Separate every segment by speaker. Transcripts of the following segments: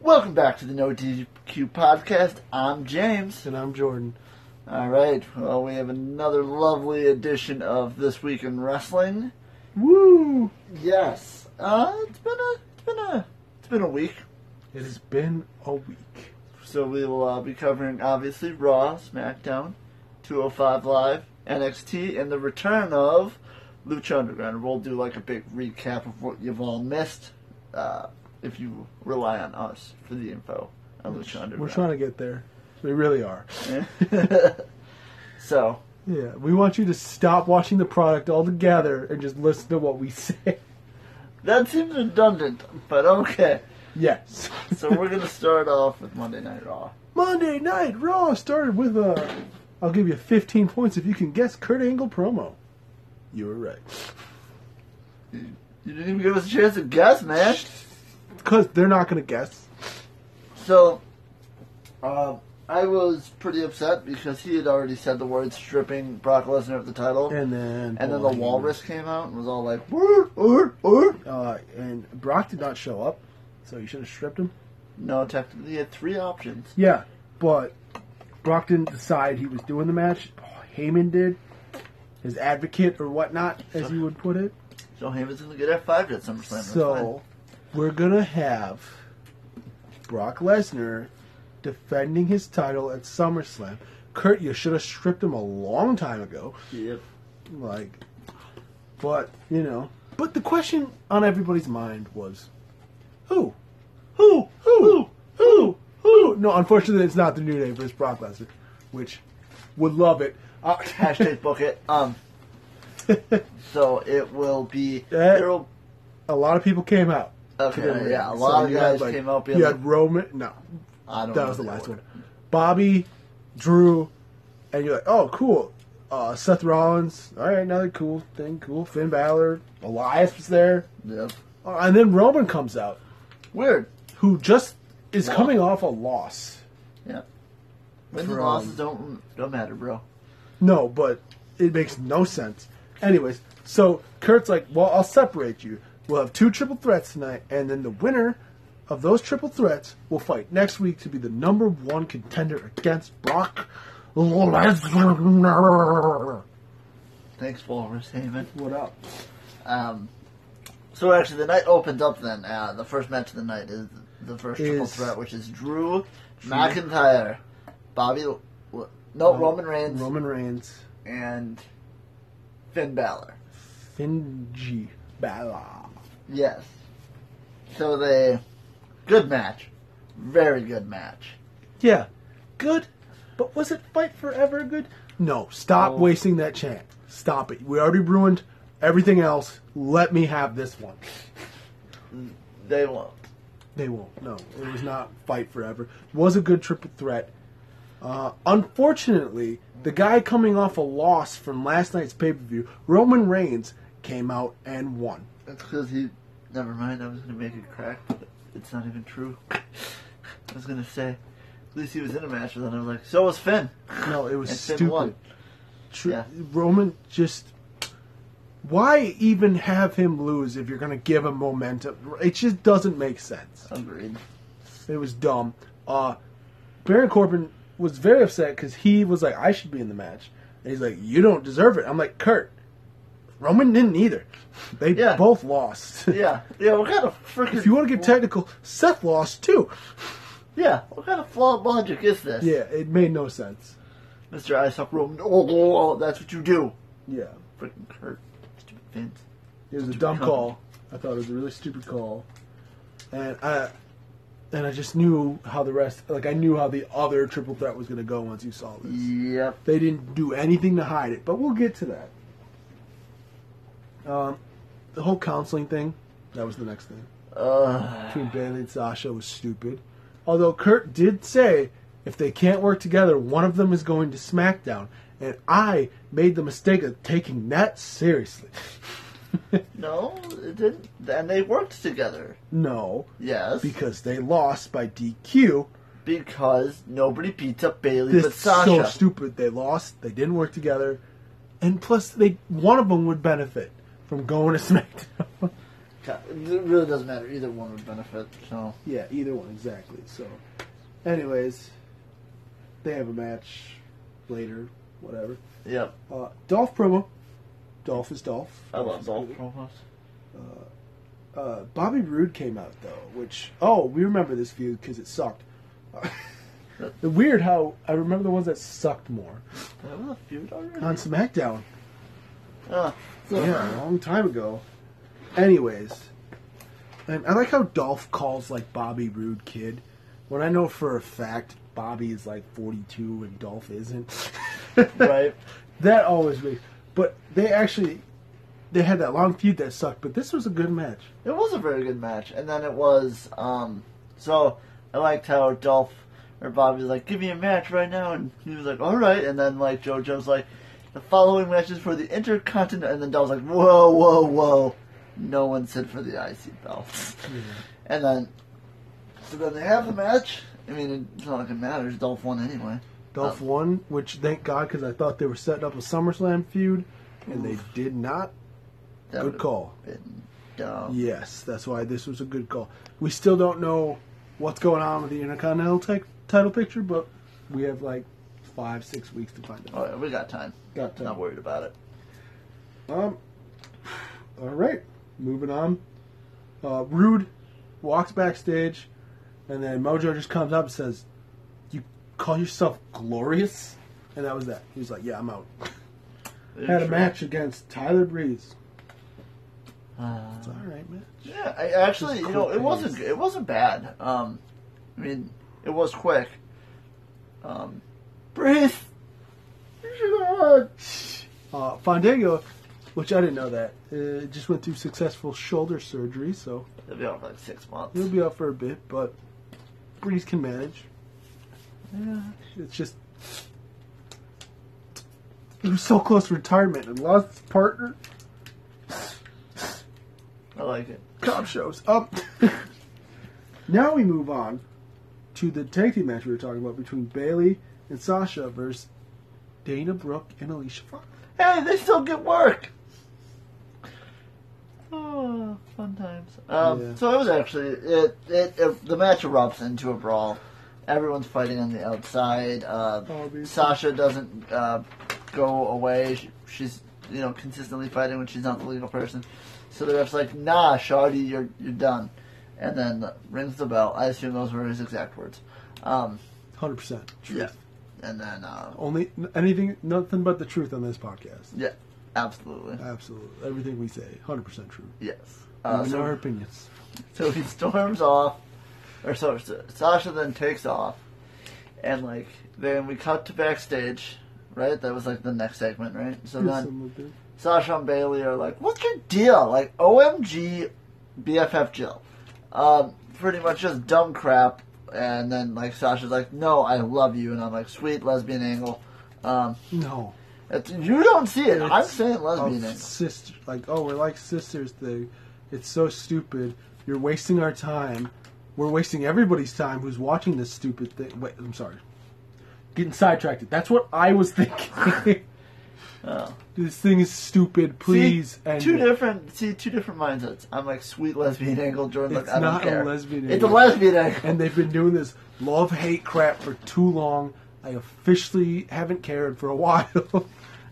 Speaker 1: Welcome back to the No DQ podcast. I'm James.
Speaker 2: And I'm Jordan.
Speaker 1: All right. Well, we have another lovely edition of This Week in Wrestling.
Speaker 2: Woo!
Speaker 1: Yes. Uh, it's been a it's been a it's been a week.
Speaker 2: It has been a week.
Speaker 1: So we will uh, be covering obviously Raw, SmackDown, 205 Live, NXT, and the return of Lucha Underground. We'll do like a big recap of what you've all missed uh, if you rely on us for the info on Lucha Underground.
Speaker 2: We're trying to get there. We really are.
Speaker 1: so
Speaker 2: Yeah, we want you to stop watching the product altogether and just listen to what we say.
Speaker 1: that seems redundant, but okay.
Speaker 2: Yes.
Speaker 1: So we're gonna start off with Monday Night Raw.
Speaker 2: Monday Night Raw started with a. I'll give you 15 points if you can guess Kurt Angle promo. You were right.
Speaker 1: You didn't even give us a chance to guess, man.
Speaker 2: Because they're not going to guess.
Speaker 1: So, uh, I was pretty upset because he had already said the word stripping Brock Lesnar of the title.
Speaker 2: And then.
Speaker 1: and then the walrus came out and was all like, "Woo, woo, woo."
Speaker 2: Uh, and Brock did not show up, so you should have stripped him.
Speaker 1: no, technically, he had three options.
Speaker 2: Yeah, but Brock didn't decide he was doing the match. Heyman did, his advocate or whatnot, as you would put it.
Speaker 1: So Heyman's going to get F5 at SummerSlam. that's
Speaker 2: So we're gonna have Brock Lesnar defending his title at SummerSlam. Kurt, you should have stripped him a long time ago.
Speaker 1: fine. Yep.
Speaker 2: Like, but you know. But the question on everybody's mind was, who, who, who, who, who? No, unfortunately, it's not the New Day versus Brock Lesnar, which would love it. Uh,
Speaker 1: Hashtag book it. Um, so it will be.
Speaker 2: That-
Speaker 1: there will-
Speaker 2: a lot of people came out.
Speaker 1: Okay,
Speaker 2: to the
Speaker 1: yeah, a
Speaker 2: ring.
Speaker 1: lot of
Speaker 2: you had,
Speaker 1: guys came out being
Speaker 2: You
Speaker 1: like-
Speaker 2: had Roman. No,
Speaker 1: I don't
Speaker 2: that
Speaker 1: know
Speaker 2: was the last
Speaker 1: order.
Speaker 2: one. Bobby, Drew, and you're like, oh, cool. Uh, Seth Rollins. All right, another cool thing. Cool. Finn Balor. Elias was there,
Speaker 1: Yep.
Speaker 2: Uh, and then Roman comes out,
Speaker 1: Weird.
Speaker 2: who just is
Speaker 1: Wow.
Speaker 2: coming off a loss.
Speaker 1: Yeah. Wins and
Speaker 2: From-
Speaker 1: losses don't don't matter, bro.
Speaker 2: No, but it makes no sense. Anyways, so Kurt's like, well, I'll separate you. We'll have two triple threats tonight, and then the winner of those triple threats will fight next week to be the number one contender against Brock Lesnar.
Speaker 1: Thanks, Walrus Heyman.
Speaker 2: What up?
Speaker 1: Um, so actually, the night opens up. Then uh, the first match of the night is the first triple
Speaker 2: Is-
Speaker 1: threat, which is Drew, McIntyre, Bobby, L- no Roman Reigns,
Speaker 2: Roman Reigns.
Speaker 1: and Finn Balor.
Speaker 2: Finji Balor.
Speaker 1: Yes. So they good match, very good match.
Speaker 2: Yeah, good. But was it Fight Forever good? No, stop
Speaker 1: Oh.
Speaker 2: wasting that chant. Stop it. We already ruined everything else. Let me have this one.
Speaker 1: They won't.
Speaker 2: They won't. No, it was not Fight Forever. Was a good triple threat. Uh, unfortunately, the guy coming off a loss from last night's pay per view, Roman Reigns, came out and won.
Speaker 1: That's because he. Never mind. I was gonna make a crack, but it's not even true. I was gonna say, at least he was in a match, but then I was like, so was Finn.
Speaker 2: No, it was
Speaker 1: And Finn won.
Speaker 2: stupid. Tru-
Speaker 1: Yeah.
Speaker 2: Roman just. Why even have him lose if you're going to give him momentum? It just doesn't make sense.
Speaker 1: Agreed.
Speaker 2: It was dumb. Uh, Baron Corbin was very upset because he was like, I should be in the match. And he's like, You don't deserve it. I'm like, Kurt, Roman didn't either. They
Speaker 1: Yeah.
Speaker 2: both lost.
Speaker 1: Yeah, yeah. What kind of freaking?
Speaker 2: if you want to get technical, Seth lost too.
Speaker 1: yeah. What kind of flawed logic is this?
Speaker 2: Yeah, it made no sense.
Speaker 1: Mister I suck Roman. Oh, oh, oh, that's what you do.
Speaker 2: Yeah.
Speaker 1: Freaking Kurt, stupid Vince.
Speaker 2: It was a
Speaker 1: Stupid
Speaker 2: dumb
Speaker 1: company.
Speaker 2: call. I thought it was a really stupid call, and I and I just knew how the rest, like I knew how the other triple threat was going to go once you saw this.
Speaker 1: Yep.
Speaker 2: They didn't do anything to hide it, but we'll get to that. Um, the whole counseling thing, that was the next thing
Speaker 1: Uh,
Speaker 2: between Bailey and Sasha was stupid. Although Kurt did say if they can't work together, one of them is going to SmackDown, and I made the mistake of taking that seriously.
Speaker 1: no, it didn't. And they worked together.
Speaker 2: no.
Speaker 1: Yes,
Speaker 2: because they lost by DQ.
Speaker 1: because nobody beats up Bailey
Speaker 2: This
Speaker 1: but
Speaker 2: is so
Speaker 1: Sasha.
Speaker 2: stupid. They lost. They didn't work together, and plus, they one of them would benefit from going to SmackDown.
Speaker 1: It really doesn't matter. Either one would benefit. So
Speaker 2: Yeah, either one exactly. So, anyways, they have a match later, whatever.
Speaker 1: yep,
Speaker 2: Uh, Dolph promo. Dolph is Dolph.
Speaker 1: I love Dolph promos.
Speaker 2: Uh, Bobby Roode came out though, which oh we remember this feud because it sucked. the weird how I remember the ones that sucked more
Speaker 1: Did I have a feud already?
Speaker 2: on SmackDown.
Speaker 1: Ah,
Speaker 2: Yeah, a long time ago. Anyways, and I like how Dolph calls like Bobby Roode kid, when I know for a fact Bobby is like 42 and Dolph isn't.
Speaker 1: right.
Speaker 2: That always makes. But they actually, they had that long feud that sucked. But this was a good match.
Speaker 1: It was a very good match, and then it was um. So I liked how Dolph or Bobby was like, "Give me a match right now," and he was like, "All right," and then like JoJo's like, "The following matches for the Intercontinental," and then Dolph's like, "Whoa, whoa, whoa!" No one said for the IC belt, and then so then they have the match. I mean, it's not like it matters. Dolph won anyway. Um,
Speaker 2: Dolph won, which thank God because I thought they were setting up a SummerSlam feud, and they did not.
Speaker 1: That
Speaker 2: Good
Speaker 1: would've
Speaker 2: call.
Speaker 1: Been dumb.
Speaker 2: Yes, that's why this was a good call. We still don't know what's going on with the Intercontinental tech- title picture, but we have like five, six weeks to find out.
Speaker 1: All right, Oh, we got time.
Speaker 2: Got
Speaker 1: Not
Speaker 2: time.
Speaker 1: worried about it.
Speaker 2: Um, all right, moving on. Uh, Rude walks backstage, and then Mojo just comes up and says, "You call yourself glorious?" And that was that. He was like, "Yeah, I'm out." Had a match against Tyler Breeze.
Speaker 1: Uh,
Speaker 2: It's all right, man.
Speaker 1: Yeah, I actually,
Speaker 2: Just
Speaker 1: you know,
Speaker 2: quick
Speaker 1: it wasn't
Speaker 2: pace.
Speaker 1: it wasn't bad. Um, I mean, it was quick. Um, breathe.
Speaker 2: Uh, Fandango, which I didn't know that, uh, just went through successful shoulder surgery, so
Speaker 1: It'll be on for like six months.
Speaker 2: he'll be out for a bit, but Breeze can manage.
Speaker 1: Yeah.
Speaker 2: It's just. He was so close to retirement and lost his partner.
Speaker 1: I like it.
Speaker 2: Cop shows up. now we move on to the tag team match we were talking about between Bailey and Sasha versus Dana Brooke and Alicia Fox.
Speaker 1: Hey, they still get work. Oh, fun times. Um,
Speaker 2: Yeah.
Speaker 1: So it was actually it, it, it. The match erupts into a brawl. Everyone's fighting on the outside. Uh,
Speaker 2: Obviously.
Speaker 1: Sasha doesn't uh, go away. She, she's you know consistently fighting when she's not the legal person. So the ref's like, "Nah, Shardy, you're you're done," and then rings the bell. I assume those were his exact words. Um,
Speaker 2: 100%. Truth.
Speaker 1: yeah, and then uh,
Speaker 2: Only anything, nothing but the truth on this podcast.
Speaker 1: yeah, absolutely,
Speaker 2: Uh, Absolutely. Everything we say, 100% true.
Speaker 1: yes.
Speaker 2: Uh,
Speaker 1: Uh, so-
Speaker 2: our opinions.
Speaker 1: So he storms off, or so so Sasha then takes off, and like then we cut to backstage, right? That was like the next segment, right? So then Sasha and Bailey are like, "What's your deal?" Like, "OMG, BFF Jill," um, pretty much just dumb crap. And then like Sasha's like, "No, I love you," and I'm like, "Sweet lesbian angle." Um,
Speaker 2: No.
Speaker 1: it's, you don't see it. I'm
Speaker 2: It's
Speaker 1: saying lesbian
Speaker 2: Oh,
Speaker 1: angle.
Speaker 2: sister, like, oh, we're like sisters thing. It's so stupid. You're wasting our time. We're wasting everybody's time who's watching this stupid thing. Wait, I'm sorry. Getting sidetracked. That's what I was thinking.
Speaker 1: Oh.
Speaker 2: this thing is stupid. Please.
Speaker 1: See,
Speaker 2: end
Speaker 1: two
Speaker 2: it.
Speaker 1: different see two different mindsets. I'm like sweet lesbian angle, Jordan.
Speaker 2: It's
Speaker 1: like, I
Speaker 2: not a
Speaker 1: don't care.
Speaker 2: lesbian
Speaker 1: It's a
Speaker 2: angle.
Speaker 1: lesbian angle.
Speaker 2: and they've been doing this love hate crap for too long. I officially haven't cared for a while,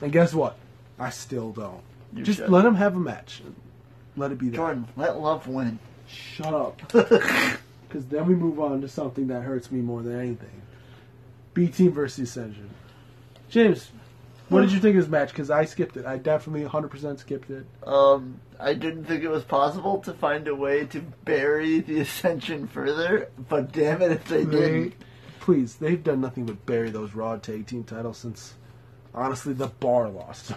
Speaker 2: and guess what? I still don't.
Speaker 1: You
Speaker 2: Just
Speaker 1: should.
Speaker 2: let them have a match. Let it be that.
Speaker 1: Jordan, let love win.
Speaker 2: Shut up. Because then we move on to something that hurts me more than anything. B Team versus Ascension. James, what did you think of this match? Because I skipped it. I definitely 100% skipped it.
Speaker 1: Um, I didn't think it was possible to find a way to bury the ascension further, but damn it if they
Speaker 2: They,
Speaker 1: didn't.
Speaker 2: please, they've done nothing but bury those Raw Tag Team titles since, honestly, the bar lost.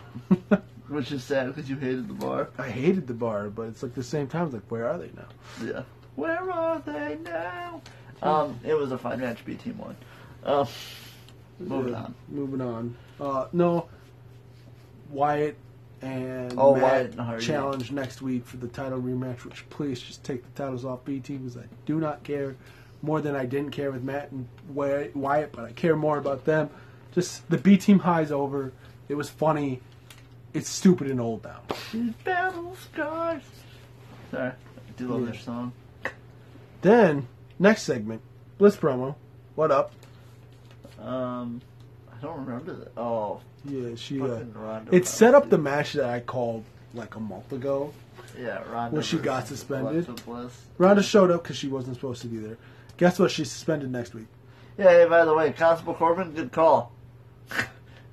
Speaker 1: Which is sad because you hated the bar.
Speaker 2: I hated the bar, but it's like the same time. It's like, where are they now?
Speaker 1: Yeah. Where are they now? Um, it was a fine match. B team won. Um, moving
Speaker 2: Yeah,
Speaker 1: on.
Speaker 2: Moving on. Uh, no, Wyatt and
Speaker 1: Oh,
Speaker 2: Matt
Speaker 1: Wyatt and Hardy.
Speaker 2: challenge next week for the title rematch. Which please just take the titles off B team because I do not care more than I didn't care with Matt and Wy- Wyatt, but I care more about them. Just the B team highs over. It was funny. It's stupid and old now.
Speaker 1: These battle scars. Sorry. do love
Speaker 2: Yeah.
Speaker 1: their song.
Speaker 2: Then next segment, Bliss promo. What up?
Speaker 1: Um, I don't remember that. Oh,
Speaker 2: Yeah, she. Uh,
Speaker 1: fucking Ronda.
Speaker 2: it set up the
Speaker 1: Rousey.
Speaker 2: match that I called like a month ago.
Speaker 1: yeah Ronda.
Speaker 2: when she got
Speaker 1: versus
Speaker 2: suspended.
Speaker 1: Alexa Bliss.
Speaker 2: Ronda showed up because she wasn't supposed to be there. Guess what? She's suspended next week.
Speaker 1: Yeah. Hey, by the way, Constable Corbin, good call.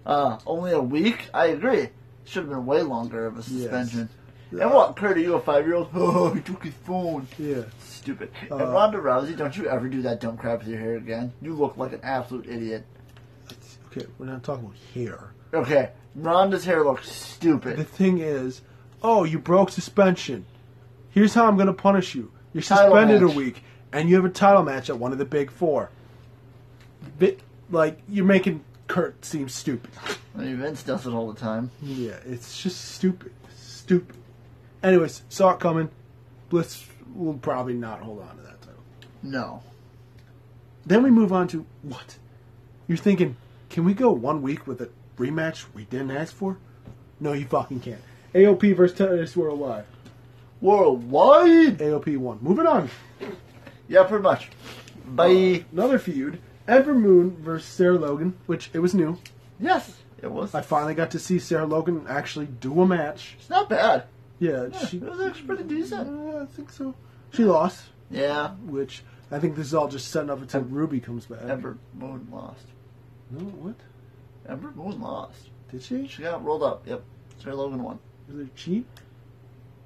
Speaker 1: Uh, only a week. I agree. Should have been way longer of a suspension. And what occurred to you, a five-year-old? Oh, he took his phone.
Speaker 2: Yeah.
Speaker 1: Stupid.
Speaker 2: Uh,
Speaker 1: and Ronda Rousey, don't you ever do that dumb crap with your hair again. You look like an absolute idiot.
Speaker 2: Okay, we're not talking about hair.
Speaker 1: Okay, Ronda's hair looks stupid.
Speaker 2: The thing is, oh, you broke suspension. Here's how I'm going to punish you. You're
Speaker 1: Title
Speaker 2: suspended a
Speaker 1: match.
Speaker 2: week, and you have a title match at one of the big four. Bit, like you're making Kurt seem stupid.
Speaker 1: I mean, Vince does it all the time.
Speaker 2: Yeah, it's just stupid, stupid. Anyways, saw it coming. Bliss will probably not hold on to that title.
Speaker 1: No.
Speaker 2: Then we move on to what? You're thinking, can we go one week with a rematch we didn't ask for? No, you fucking can't. AOP versus Tennis World Live.
Speaker 1: Worldwide?
Speaker 2: AOP won. Moving on.
Speaker 1: Yeah, pretty much. Bye.
Speaker 2: Another feud. Ember Moon versus Sarah Logan, which it was new.
Speaker 1: yes, it was.
Speaker 2: I finally got to see Sarah Logan actually do a match.
Speaker 1: It's not bad.
Speaker 2: Yeah,
Speaker 1: Yeah,
Speaker 2: she.
Speaker 1: it was actually pretty decent.
Speaker 2: Yeah, I think so. She lost,
Speaker 1: Yeah,
Speaker 2: which I think this is all just setting up until Ruby comes back.
Speaker 1: Ember Moon lost.
Speaker 2: No, what?
Speaker 1: Ember Moon lost.
Speaker 2: Did she?
Speaker 1: She got rolled up. Yep. Sarah Logan won.
Speaker 2: Was it cheap?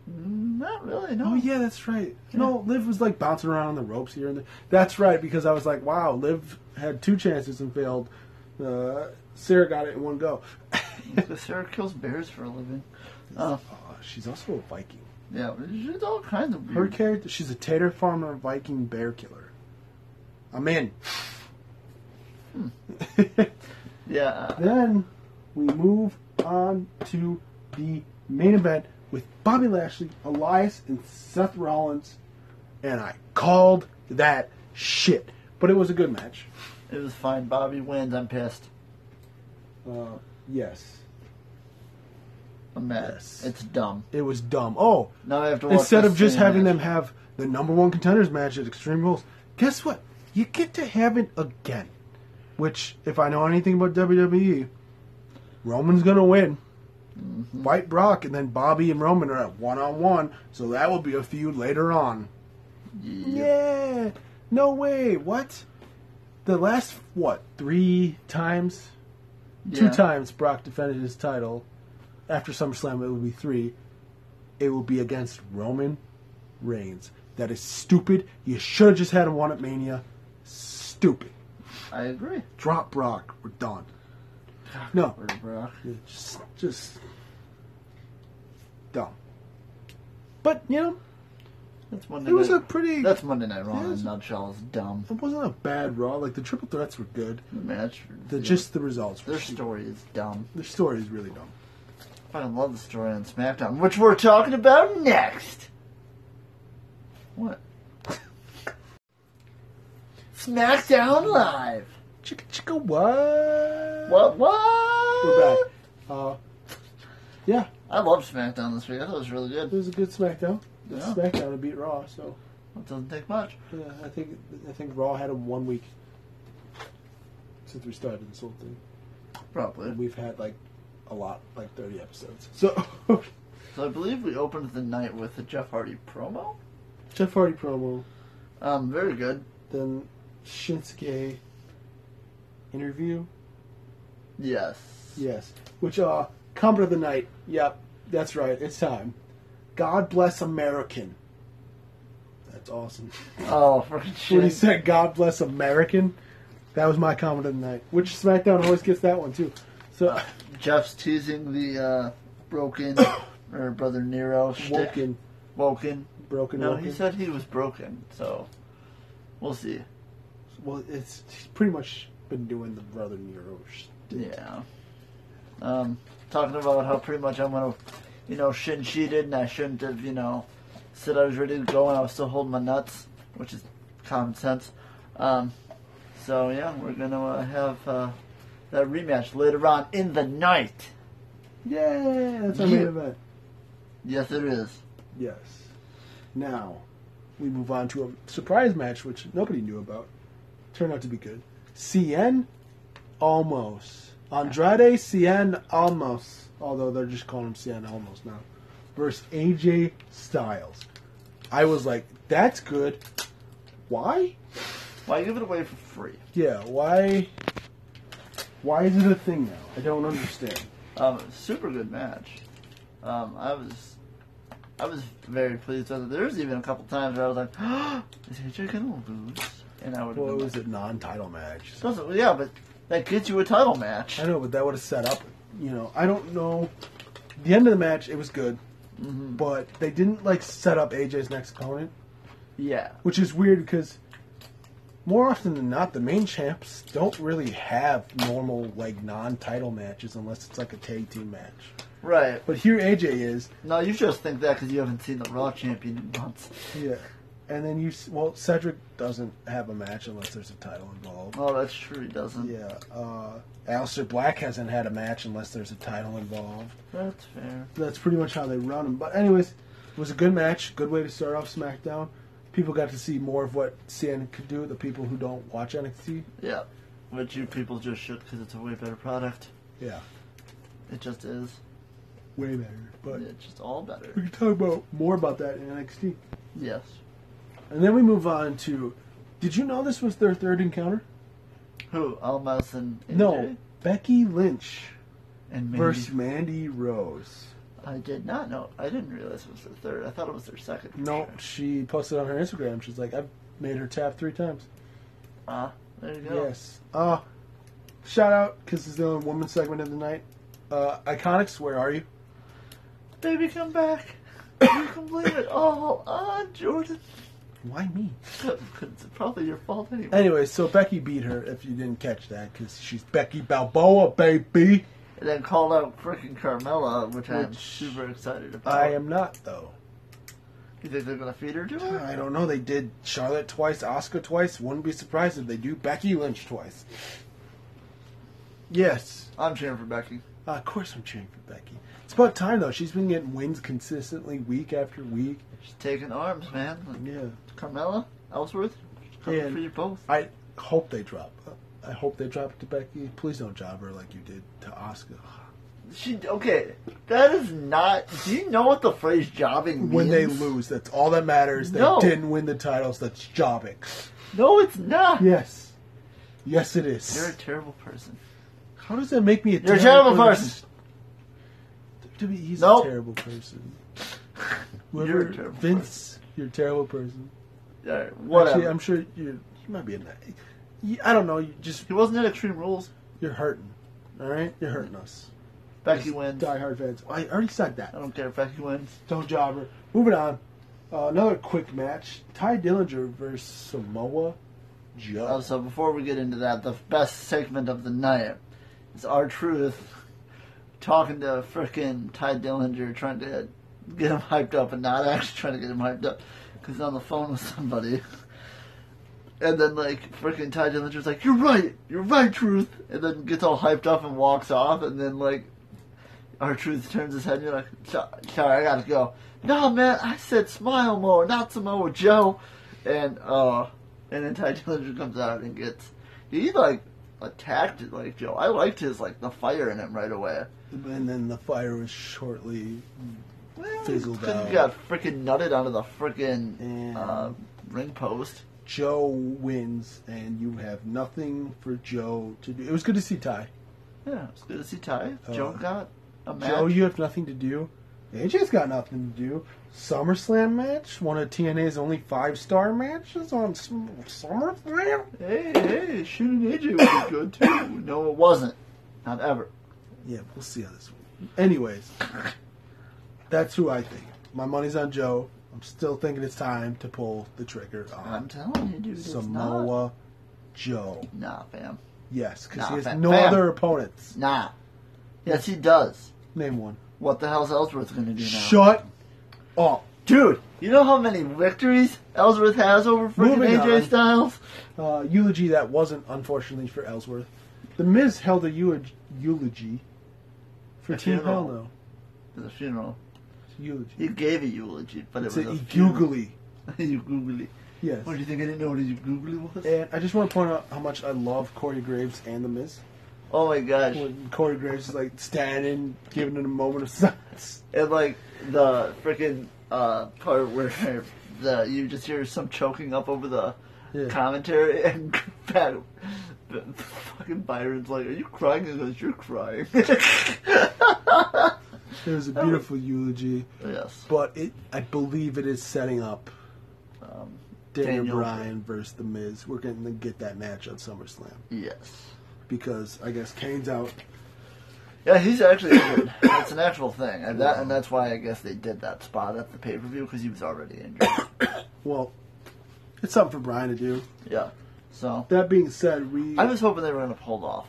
Speaker 1: Mm, Not really, no.
Speaker 2: Oh yeah, that's right. No, Liv was like bouncing around on the ropes here and there. That's right because I was like, wow, Liv had two chances and failed. Uh, Sarah got it in one go. Oh,
Speaker 1: Because Sarah kills bears for a living. Oh,
Speaker 2: Uh, she's also a Viking.
Speaker 1: yeah. She's all kinds of
Speaker 2: Her
Speaker 1: weird.
Speaker 2: character, she's a tater farmer, Viking bear killer. I'm in.
Speaker 1: yeah. uh,
Speaker 2: then we move on to the main event with Bobby Lashley, Elias, and Seth Rollins, and I called that shit. But it was a good match.
Speaker 1: It was fine. Bobby wins. I'm pissed.
Speaker 2: Uh, yes.
Speaker 1: I'm mad.
Speaker 2: Yes.
Speaker 1: It's dumb.
Speaker 2: It was dumb. Oh,
Speaker 1: Now I have to watch
Speaker 2: instead
Speaker 1: this
Speaker 2: of just
Speaker 1: same
Speaker 2: having
Speaker 1: match.
Speaker 2: them have the number one contenders match at Extreme Rules, guess what? You get to have it again. Which, if I know anything about WWE, Roman's gonna win. White Brock, and then Bobby and Roman are at one on one, so that will be a feud later on. Yeah, no way. What? The last what three times?
Speaker 1: Yeah.
Speaker 2: Two times Brock defended his title. After SummerSlam, it will be three. It will be against Roman Reigns. That is stupid. You should have just had him won at Mania. Stupid.
Speaker 1: I agree.
Speaker 2: Drop Brock. We're done. No,
Speaker 1: Or Brock.
Speaker 2: just, just dumb. But you know,
Speaker 1: That's Monday
Speaker 2: it was a
Speaker 1: night.
Speaker 2: pretty.
Speaker 1: That's Monday Night Raw
Speaker 2: Yes.
Speaker 1: in a nutshell. It's dumb.
Speaker 2: It wasn't a bad Raw. Like the triple threats were good.
Speaker 1: The match.
Speaker 2: The
Speaker 1: yeah.
Speaker 2: just the results. Were
Speaker 1: Their
Speaker 2: stupid.
Speaker 1: story is dumb.
Speaker 2: Their story is really dumb.
Speaker 1: I fucking love the story on SmackDown, which we're talking about next. What? SmackDown Live.
Speaker 2: Chicka chicka what?
Speaker 1: What? What?
Speaker 2: We're back. Uh, yeah,
Speaker 1: I love SmackDown this week. I thought it was really
Speaker 2: it
Speaker 1: good.
Speaker 2: was a good SmackDown.
Speaker 1: Yeah.
Speaker 2: SmackDown to beat Raw, so
Speaker 1: It doesn't take much.
Speaker 2: yeah, I think I think Raw had them one week since we started this whole thing.
Speaker 1: Probably.
Speaker 2: And we've had like a lot, like thirty episodes. So
Speaker 1: So I believe we opened the night with the Jeff Hardy promo.
Speaker 2: Jeff Hardy promo,
Speaker 1: Um, very good.
Speaker 2: then Shinsuke interview.
Speaker 1: Yes.
Speaker 2: Yes, which uh, comment of the night. Yep, that's right. It's time. God bless American. That's awesome.
Speaker 1: Oh, freaking
Speaker 2: when he
Speaker 1: shit.
Speaker 2: said "God bless American," that was my comment of the night. Which SmackDown always gets that one too.
Speaker 1: Ah,
Speaker 2: So
Speaker 1: Jeff's teasing the uh, broken or brother Nero shtick.
Speaker 2: woken,
Speaker 1: Woken.
Speaker 2: broken,
Speaker 1: No,
Speaker 2: woken.
Speaker 1: he said he was broken. So we'll see.
Speaker 2: well, it's he's pretty much been doing the brother Nero. shtick.
Speaker 1: Yeah. Um, talking about how pretty much I'm gonna, you know, shouldn't cheated and I shouldn't have, you know, said I was ready to go and I was still holding my nuts, which is common sense. Um, so yeah, we're gonna uh, have uh, that rematch later on in the night.
Speaker 2: Yeah, that's our
Speaker 1: Yeah.
Speaker 2: main event.
Speaker 1: Yes, it is.
Speaker 2: Yes. Now we move on to a surprise match, which nobody knew about. Turned out to be good. CN Almost. Andrade Cien Almost. Although they're just calling him Cien Almost now. Versus AJ Styles. I was like, that's good. Why?
Speaker 1: Why give it away for free?
Speaker 2: Yeah, why? Why is it a thing now? I don't understand.
Speaker 1: Um, super good match. Um, I was, I was very pleased with it. There was even a couple times where I was like, "Is AJ gonna lose?" And I would have
Speaker 2: Well, it
Speaker 1: been
Speaker 2: was a non-title match.
Speaker 1: like, "Doesn't- "Yeah, but that gets you a title match."
Speaker 2: I know, but that would have set up. You know, I don't know. The end of the match, it was good, but they didn't like set up AJ's next opponent,
Speaker 1: Yeah,
Speaker 2: which is weird because more often than not, the main champs don't really have normal like non-title matches unless it's like a tag team match.
Speaker 1: right.
Speaker 2: But here AJ is,
Speaker 1: No, you just think that because you haven't seen the Raw champion in months.
Speaker 2: yeah. And then you, s- well, Cedric doesn't have a match unless there's a title involved.
Speaker 1: Oh, that's true. He doesn't.
Speaker 2: Yeah, uh, Alistair Black hasn't had a match unless there's a title involved.
Speaker 1: That's fair.
Speaker 2: That's pretty much how they run them. But anyways, it was a good match. Good way to start off SmackDown. People got to see more of what CN could do. The people who don't watch NXT.
Speaker 1: Yeah, which you people just should because it's a way better product.
Speaker 2: Yeah,
Speaker 1: It just is.
Speaker 2: way better. But
Speaker 1: It's just all
Speaker 2: we
Speaker 1: better.
Speaker 2: can talk about more about that in NXT.
Speaker 1: Yes.
Speaker 2: And then we move on to. Did you know this was their third encounter?
Speaker 1: Who? Almas and AJ?
Speaker 2: No, Becky Lynch
Speaker 1: And Mandy.
Speaker 2: versus Mandy Rose.
Speaker 1: I did not know. I didn't realize it was their third. I thought it was their second.
Speaker 2: No, she posted on her Instagram. She's like, I've made her tap three times.
Speaker 1: Ah, there you go.
Speaker 2: Yes. Uh, shout out because it's the only woman segment of the night. Uh, Iconics, where are you?
Speaker 1: Baby, come back. You completed it all on Jordan.
Speaker 2: Why me?
Speaker 1: it's probably your fault anyway.
Speaker 2: Anyway, so Becky beat her. If you didn't catch that, because she's Becky Balboa, baby.
Speaker 1: And then called out freaking Carmella, which I am
Speaker 2: Which-
Speaker 1: super excited about.
Speaker 2: I am not though.
Speaker 1: You think they're gonna feed her to her?
Speaker 2: I don't know. They did Charlotte twice, Oscar twice. Wouldn't be surprised if they do Becky Lynch twice. Yes,
Speaker 1: I'm cheering for Becky.
Speaker 2: uh, of course I'm cheering for Becky. It's about time though. She's been getting wins consistently week after week.
Speaker 1: She's taking arms, man. Like,
Speaker 2: Yeah.
Speaker 1: Carmella, Ellsworth, coming
Speaker 2: Yeah.
Speaker 1: for you both.
Speaker 2: I hope they drop. I hope they drop it to Becky. Please don't job her like you did to Oscar.
Speaker 1: She okay. That is not. Do you know what the phrase jobbing means?
Speaker 2: When they lose, that's all that matters. They
Speaker 1: No.
Speaker 2: didn't win the titles. That's jobbing.
Speaker 1: No, it's not.
Speaker 2: Yes, yes, it
Speaker 1: You're a
Speaker 2: is.
Speaker 1: terrible person.
Speaker 2: How does that make me a
Speaker 1: You're a
Speaker 2: terrible
Speaker 1: terrible person.
Speaker 2: WWE's
Speaker 1: Nope.
Speaker 2: a terrible person.
Speaker 1: You're a
Speaker 2: Whoever,
Speaker 1: terrible
Speaker 2: Vince, you're a terrible person.
Speaker 1: All right, whatever.
Speaker 2: Actually, I'm sure you. You might be a. ni- you- I don't know. You just
Speaker 1: He wasn't in Extreme Rules.
Speaker 2: you're hurting. All right, you're hurting us.
Speaker 1: Becky
Speaker 2: As
Speaker 1: wins. I
Speaker 2: Diehard fans. I already said that.
Speaker 1: don't care. Becky wins.
Speaker 2: Don't jobber. Moving on. Uh, another quick match. Ty Dillinger versus Samoa Joe.
Speaker 1: Uh, so before we get into that, the best segment of the night is our truth talking to frickin' Ty Dillinger, trying to get him hyped up, and not actually trying to get him hyped up because he's on the phone with somebody. And then like frickin' Ty Dillinger's like, "You're right, you're right, truth," and then gets all hyped up and walks off, and then like. Our truth turns his head. And you're like, "So- sorry, I gotta go. No, man, I said smile more, not Samoa Joe. And uh, and then Ty Dillinger comes out and gets he like attacked it like Joe. I liked his like the fire in him right away.
Speaker 2: and then the fire was shortly.
Speaker 1: Well,
Speaker 2: Fizzled
Speaker 1: couldn't-
Speaker 2: out.
Speaker 1: got freaking nutted onto the freaking
Speaker 2: And-
Speaker 1: uh, ring post.
Speaker 2: Joe wins, and you have nothing for Joe to do. It was good to see Ty.
Speaker 1: Yeah, it's good to see Ty.
Speaker 2: Uh,
Speaker 1: Joe got a match.
Speaker 2: Joe, you have nothing to do. AJ's got nothing to do. SummerSlam match? One of TNA's only five star matches on Sum- SummerSlam?
Speaker 1: hey, hey, shooting AJ would be good too. no, it wasn't. Not ever.
Speaker 2: Yeah, we'll see how this one. Anyways, that's who I think. My money's on Joe. I'm still thinking it's time to pull the trigger
Speaker 1: I'm
Speaker 2: on
Speaker 1: telling you, dude. Samoa.
Speaker 2: Samoa Joe.
Speaker 1: Not. Nah, fam.
Speaker 2: Yes, because
Speaker 1: Nah,
Speaker 2: he has
Speaker 1: fam-
Speaker 2: no
Speaker 1: fam.
Speaker 2: other opponents.
Speaker 1: Nah. Yes, he does.
Speaker 2: Name one.
Speaker 1: What the hell's Ellsworth gonna do now?
Speaker 2: Shut up.
Speaker 1: Dude, you know how many victories Ellsworth has over freaking
Speaker 2: Moving
Speaker 1: AJ
Speaker 2: on.
Speaker 1: Styles?
Speaker 2: Uh, eulogy that wasn't, unfortunately, for Ellsworth. The Miz held a eulogy, eulogy for
Speaker 1: A
Speaker 2: Team
Speaker 1: funeral.
Speaker 2: Hell No.
Speaker 1: It was a funeral.
Speaker 2: It's a eulogy.
Speaker 1: He gave a eulogy, but it
Speaker 2: It's
Speaker 1: was
Speaker 2: a,
Speaker 1: a,
Speaker 2: a
Speaker 1: funeral.
Speaker 2: googly.
Speaker 1: you googly.
Speaker 2: Yes.
Speaker 1: What do you think? I didn't know what a you googly was.
Speaker 2: And I just want to point out how much I love Corey Graves and The Miz.
Speaker 1: Oh my gosh!
Speaker 2: When Corey Graves is like standing, giving it a moment of silence.
Speaker 1: And like the freaking uh, part where the you just hear some choking up over the
Speaker 2: Yeah.
Speaker 1: commentary, and Pat, fucking Byron's like, "Are you crying?" He goes, "You're crying."
Speaker 2: It was a beautiful eulogy,
Speaker 1: yes.
Speaker 2: but it I believe it is setting up
Speaker 1: Um,
Speaker 2: Daniel,
Speaker 1: Daniel.
Speaker 2: Bryan versus The Miz. We're going to get that match at SummerSlam
Speaker 1: yes.
Speaker 2: because I guess Kane's out.
Speaker 1: Yeah, he's actually injured. That's an actual thing, and that and that's why I guess they did that spot at the pay per view because he was already injured.
Speaker 2: Well, it's something for Bryan to do.
Speaker 1: yeah. So
Speaker 2: That being said, we
Speaker 1: I was hoping they were going to hold off.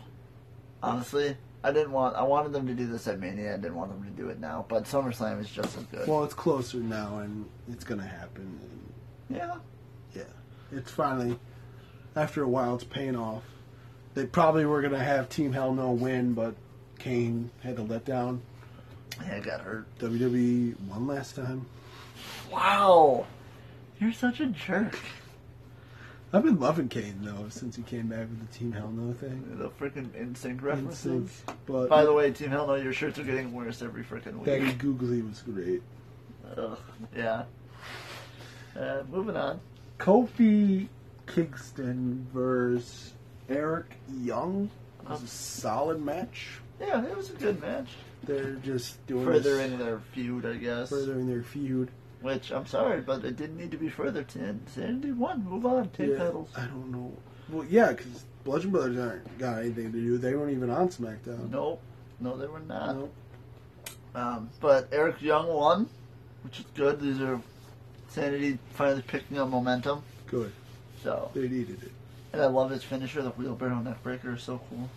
Speaker 1: Honestly, I didn't want. I wanted them to do this at Mania. I didn't want them to do it now. But SummerSlam is just as good.
Speaker 2: well, it's closer now, and it's going to happen. And
Speaker 1: yeah.
Speaker 2: yeah, it's finally after a while, it's paying off. They probably were going to have Team Hell No win, but Kane had to let down
Speaker 1: Yeah, I got hurt.
Speaker 2: WWE E one last time.
Speaker 1: Wow. You're such a jerk.
Speaker 2: I've been loving Kane though since he came back with the Team Hell No thing.
Speaker 1: The freaking NSYNC references.
Speaker 2: But
Speaker 1: By the way, Team Hell No, your shirts are getting worse every freaking
Speaker 2: Baggy
Speaker 1: week.
Speaker 2: Googly was great.
Speaker 1: Ugh, yeah. Uh, moving on.
Speaker 2: Kofi Kingston versus Eric Young
Speaker 1: Um,
Speaker 2: was a solid match.
Speaker 1: Yeah, it was a good match.
Speaker 2: They're just doing this-
Speaker 1: Furthering their feud, I guess.
Speaker 2: furthering their feud.
Speaker 1: Which, I'm sorry, but it didn't need to be further. San- Sanity won. Move on. Take
Speaker 2: Yeah,
Speaker 1: titles.
Speaker 2: I don't know. Well, yeah, because Bludgeon Brothers aren't got anything to do. They weren't even on SmackDown.
Speaker 1: Nope. No, they were not.
Speaker 2: No.
Speaker 1: Um, but Eric Young won, which is good. These are Sanity finally picking up momentum.
Speaker 2: Good.
Speaker 1: So,
Speaker 2: They needed it.
Speaker 1: and I love his finisher, the wheelbarrow neckbreaker is so cool.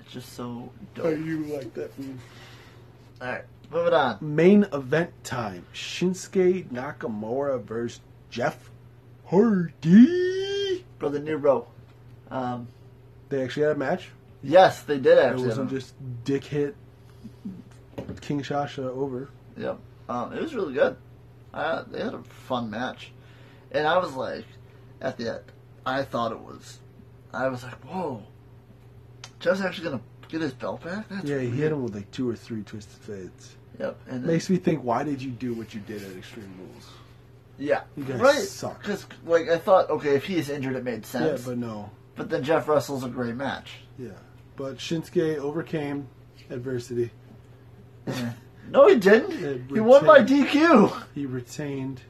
Speaker 1: It's just so dope.
Speaker 2: Are Oh, you like that?
Speaker 1: All right, moving on.
Speaker 2: Main event time: Shinsuke Nakamura versus Jeff Hardy.
Speaker 1: Brother Nero. Um,
Speaker 2: They actually had a match.
Speaker 1: yes, they did
Speaker 2: It
Speaker 1: actually.
Speaker 2: wasn't just dick hit King Shasha over.
Speaker 1: Yep. Um, it was really good. Uh, they had a fun match, and I was like, at the end, I thought it was, I was like, whoa, Jeff's actually gonna get his belt back. That's
Speaker 2: yeah, he
Speaker 1: weird.
Speaker 2: hit him with like two or three twisted fits.
Speaker 1: Yep. And then,
Speaker 2: Makes me think, why did you do what you did at Extreme Rules?
Speaker 1: yeah,
Speaker 2: You guys
Speaker 1: right.
Speaker 2: suck.
Speaker 1: Because like I thought, okay, if he's injured, it made sense.
Speaker 2: Yeah,
Speaker 1: but,
Speaker 2: but no.
Speaker 1: then Jeff Russell's a great match.
Speaker 2: Yeah. But Shinsuke overcame adversity.
Speaker 1: No, he didn't.
Speaker 2: Yeah,
Speaker 1: he won by
Speaker 2: retained.
Speaker 1: DQ.
Speaker 2: He retained.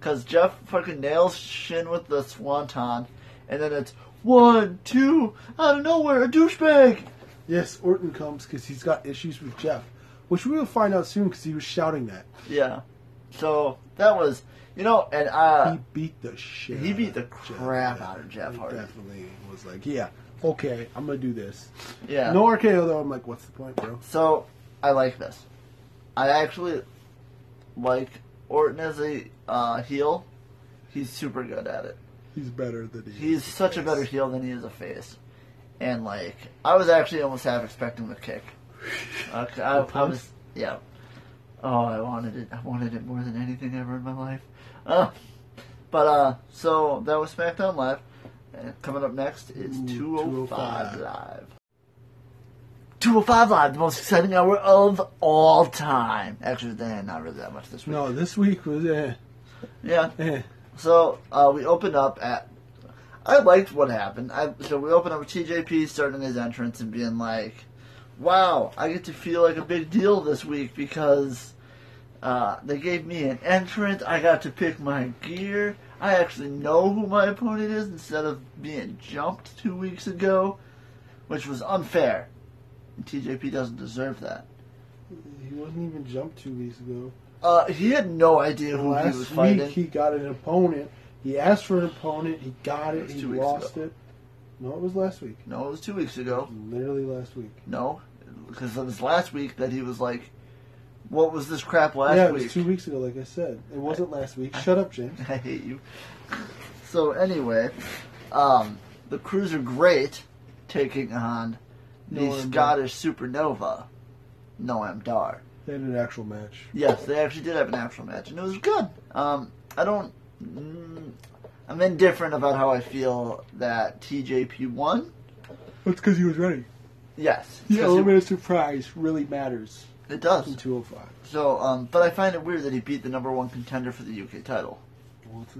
Speaker 1: Because Jeff fucking nails Shin with the swanton, and then it's one, two, out of nowhere, a douchebag.
Speaker 2: Yes, Orton comes because he's got issues with Jeff, which we will find out soon because he was shouting that.
Speaker 1: Yeah. So that was, you know, and uh,
Speaker 2: he beat the shit.
Speaker 1: he beat the
Speaker 2: out of Jeff.
Speaker 1: crap
Speaker 2: Yeah,
Speaker 1: out of Jeff
Speaker 2: he
Speaker 1: Hardy.
Speaker 2: Definitely was like, yeah, okay, I'm gonna do this.
Speaker 1: yeah.
Speaker 2: No RKO though. I'm like, what's the point, bro?
Speaker 1: So I like this. I actually like Orton as a uh, heel. He's super good at it.
Speaker 2: He's better than he.
Speaker 1: He's
Speaker 2: is.
Speaker 1: such a better heel than he is a face. And like, I was actually almost half expecting the kick. Uh, I, I
Speaker 2: punch?
Speaker 1: was, yeah. Oh, I wanted it. I wanted it more than anything ever in my life. Uh, but uh, so that was SmackDown Live. And coming up next is
Speaker 2: Ooh,
Speaker 1: 205
Speaker 2: 205.
Speaker 1: Live. 205 Live, the most exciting hour of all time. Actually, eh, not really that much this week.
Speaker 2: No, this week was eh,
Speaker 1: Yeah.
Speaker 2: eh.
Speaker 1: So uh, we opened up at. I liked what happened. I, so we opened up with TJP starting his entrance and being like, "Wow, I get to feel like a big deal this week because uh, they gave me an entrance. I got to pick my gear. I actually know who my opponent is instead of being jumped two weeks ago, which was unfair. And TJP doesn't deserve that.
Speaker 2: He wasn't even jumped two weeks ago.
Speaker 1: Uh, he had no idea who he was
Speaker 2: Last
Speaker 1: fighting.
Speaker 2: week he got an opponent. He asked for an opponent. He got
Speaker 1: It
Speaker 2: it.
Speaker 1: was
Speaker 2: He
Speaker 1: two weeks
Speaker 2: lost
Speaker 1: ago.
Speaker 2: it. No, it was last week.
Speaker 1: no, it was two weeks ago.
Speaker 2: Literally last week.
Speaker 1: No, because it was last week that he was like, "What was this crap last
Speaker 2: yeah, it
Speaker 1: week?"
Speaker 2: was two weeks ago. Like I said, it wasn't last week. Shut up, James.
Speaker 1: I hate you. So anyway, um, the crews are great, taking on the
Speaker 2: Noam Dar.
Speaker 1: Scottish supernova, Noam Dar.
Speaker 2: They had an actual match.
Speaker 1: Yes, they actually did have an actual match, and it was good. Um, I don't. Mm, I'm indifferent about how I feel that TJP won.
Speaker 2: That's because he was ready.
Speaker 1: Yes,
Speaker 2: The
Speaker 1: 'cause
Speaker 2: element of surprise really matters
Speaker 1: it, it
Speaker 2: in
Speaker 1: does.
Speaker 2: 205.
Speaker 1: So, um, but I find it weird that he beat the number one contender for the UK title.
Speaker 2: Well, it's-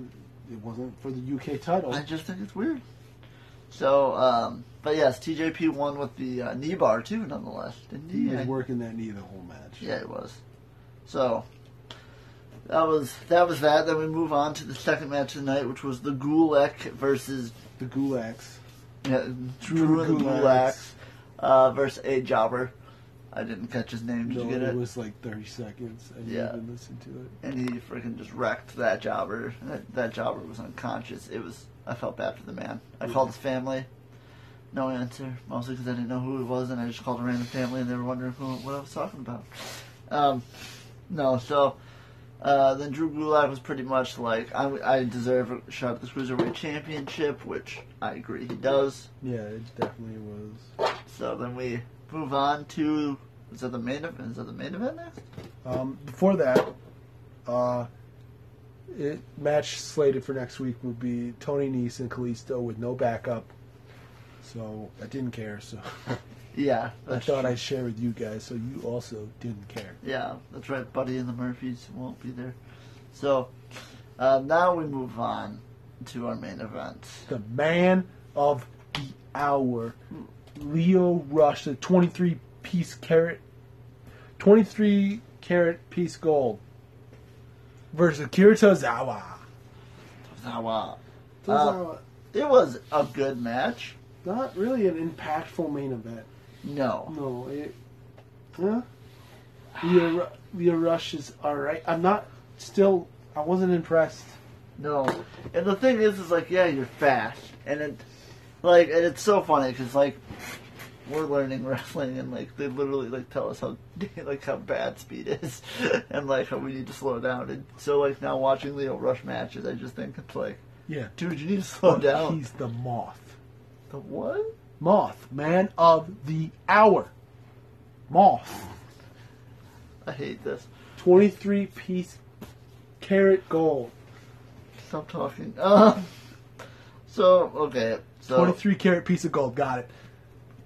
Speaker 2: it wasn't for the UK title.
Speaker 1: I just think it's weird. So, um, but yes, TJP won with the uh, knee bar too, nonetheless, didn't he?
Speaker 2: He was
Speaker 1: I-
Speaker 2: working that knee the whole match.
Speaker 1: Yeah, it was. So that was that was that. Then we move on to the second match of the night, which was the Gulak versus
Speaker 2: The Gulags.
Speaker 1: uh, Drew and the Gulaks uh, versus a jobber. I didn't catch his name. Did
Speaker 2: No,
Speaker 1: you get
Speaker 2: it
Speaker 1: it?
Speaker 2: was like 30 seconds. I didn't
Speaker 1: Yeah.
Speaker 2: even listen to it.
Speaker 1: and he freaking just wrecked that jobber. That, that jobber was unconscious. It was. I felt bad for the man. I
Speaker 2: Yeah.
Speaker 1: called his family. No answer, mostly because I didn't know who it was, and I just called a random family, and they were wondering who, what I was talking about. Um, no, so uh, then Drew Gulak was pretty much like, I, I deserve a shot at the cruiserweight championship, which I agree he does.
Speaker 2: Yeah, it definitely was.
Speaker 1: So then we move on to is that the main event? Is that the main event next?
Speaker 2: Um, before that, uh, it, match slated for next week would be Tony Nese and Kalisto with no backup. So I didn't care. So
Speaker 1: Yeah,
Speaker 2: I
Speaker 1: that's
Speaker 2: thought
Speaker 1: true.
Speaker 2: I'd share with you guys. So you also didn't care.
Speaker 1: Yeah, that's right. Buddy and the Murphys won't be there. So uh, now we move on to our main event.
Speaker 2: The man of the hour, Leo Rush, the 23 piece carat, 23 carat piece gold versus Kirita Zawa.
Speaker 1: Zawa.
Speaker 2: Tozawa,
Speaker 1: Uh, It was a good match.
Speaker 2: not really an impactful main event.
Speaker 1: No.
Speaker 2: No, it. Huh? Leo, Ru- Leo Rush is alright. I'm not still. I wasn't impressed.
Speaker 1: No. And the thing is, is like, yeah, you're fast, and it, like, and it's so funny because like, we're learning wrestling, and like, they literally like tell us how like how bad speed is, and like how we need to slow down. And so like now watching Leo Rush matches, I just think it's like,
Speaker 2: Yeah.
Speaker 1: dude, you need to slow
Speaker 2: Oh,
Speaker 1: down.
Speaker 2: He's the moth.
Speaker 1: The what?
Speaker 2: Moth, man of the hour. Moth.
Speaker 1: I hate this.
Speaker 2: 23 piece carat gold.
Speaker 1: Stop talking. Um, so okay, so
Speaker 2: 23 carat piece of gold. Got it.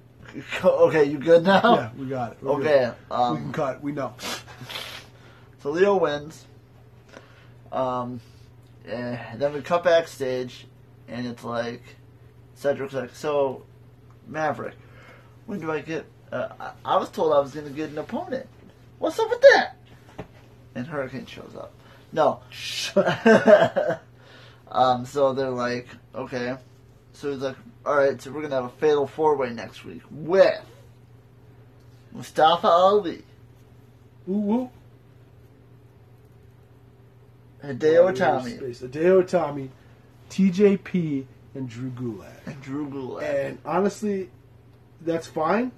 Speaker 1: okay, you good now?
Speaker 2: Yeah, we got it. We're good.
Speaker 1: Okay,
Speaker 2: we can
Speaker 1: um,
Speaker 2: cut. We know.
Speaker 1: so Leo wins. Um, and then we cut backstage, and it's like Cedric's like, "So, Maverick, when do I get? Uh, I, I was told I was going to get an opponent. What's up with that?" And Hurricane shows up. No. um, so they're like, "Okay." So he's like, "All right, so we're going to have a fatal four way next week with Mustafa Ali."
Speaker 2: Ooh, woo.
Speaker 1: Hideo Itami
Speaker 2: Hideo Itami, TJP, and Drew Gulak.
Speaker 1: and Drew Gulak.
Speaker 2: And honestly, that's fine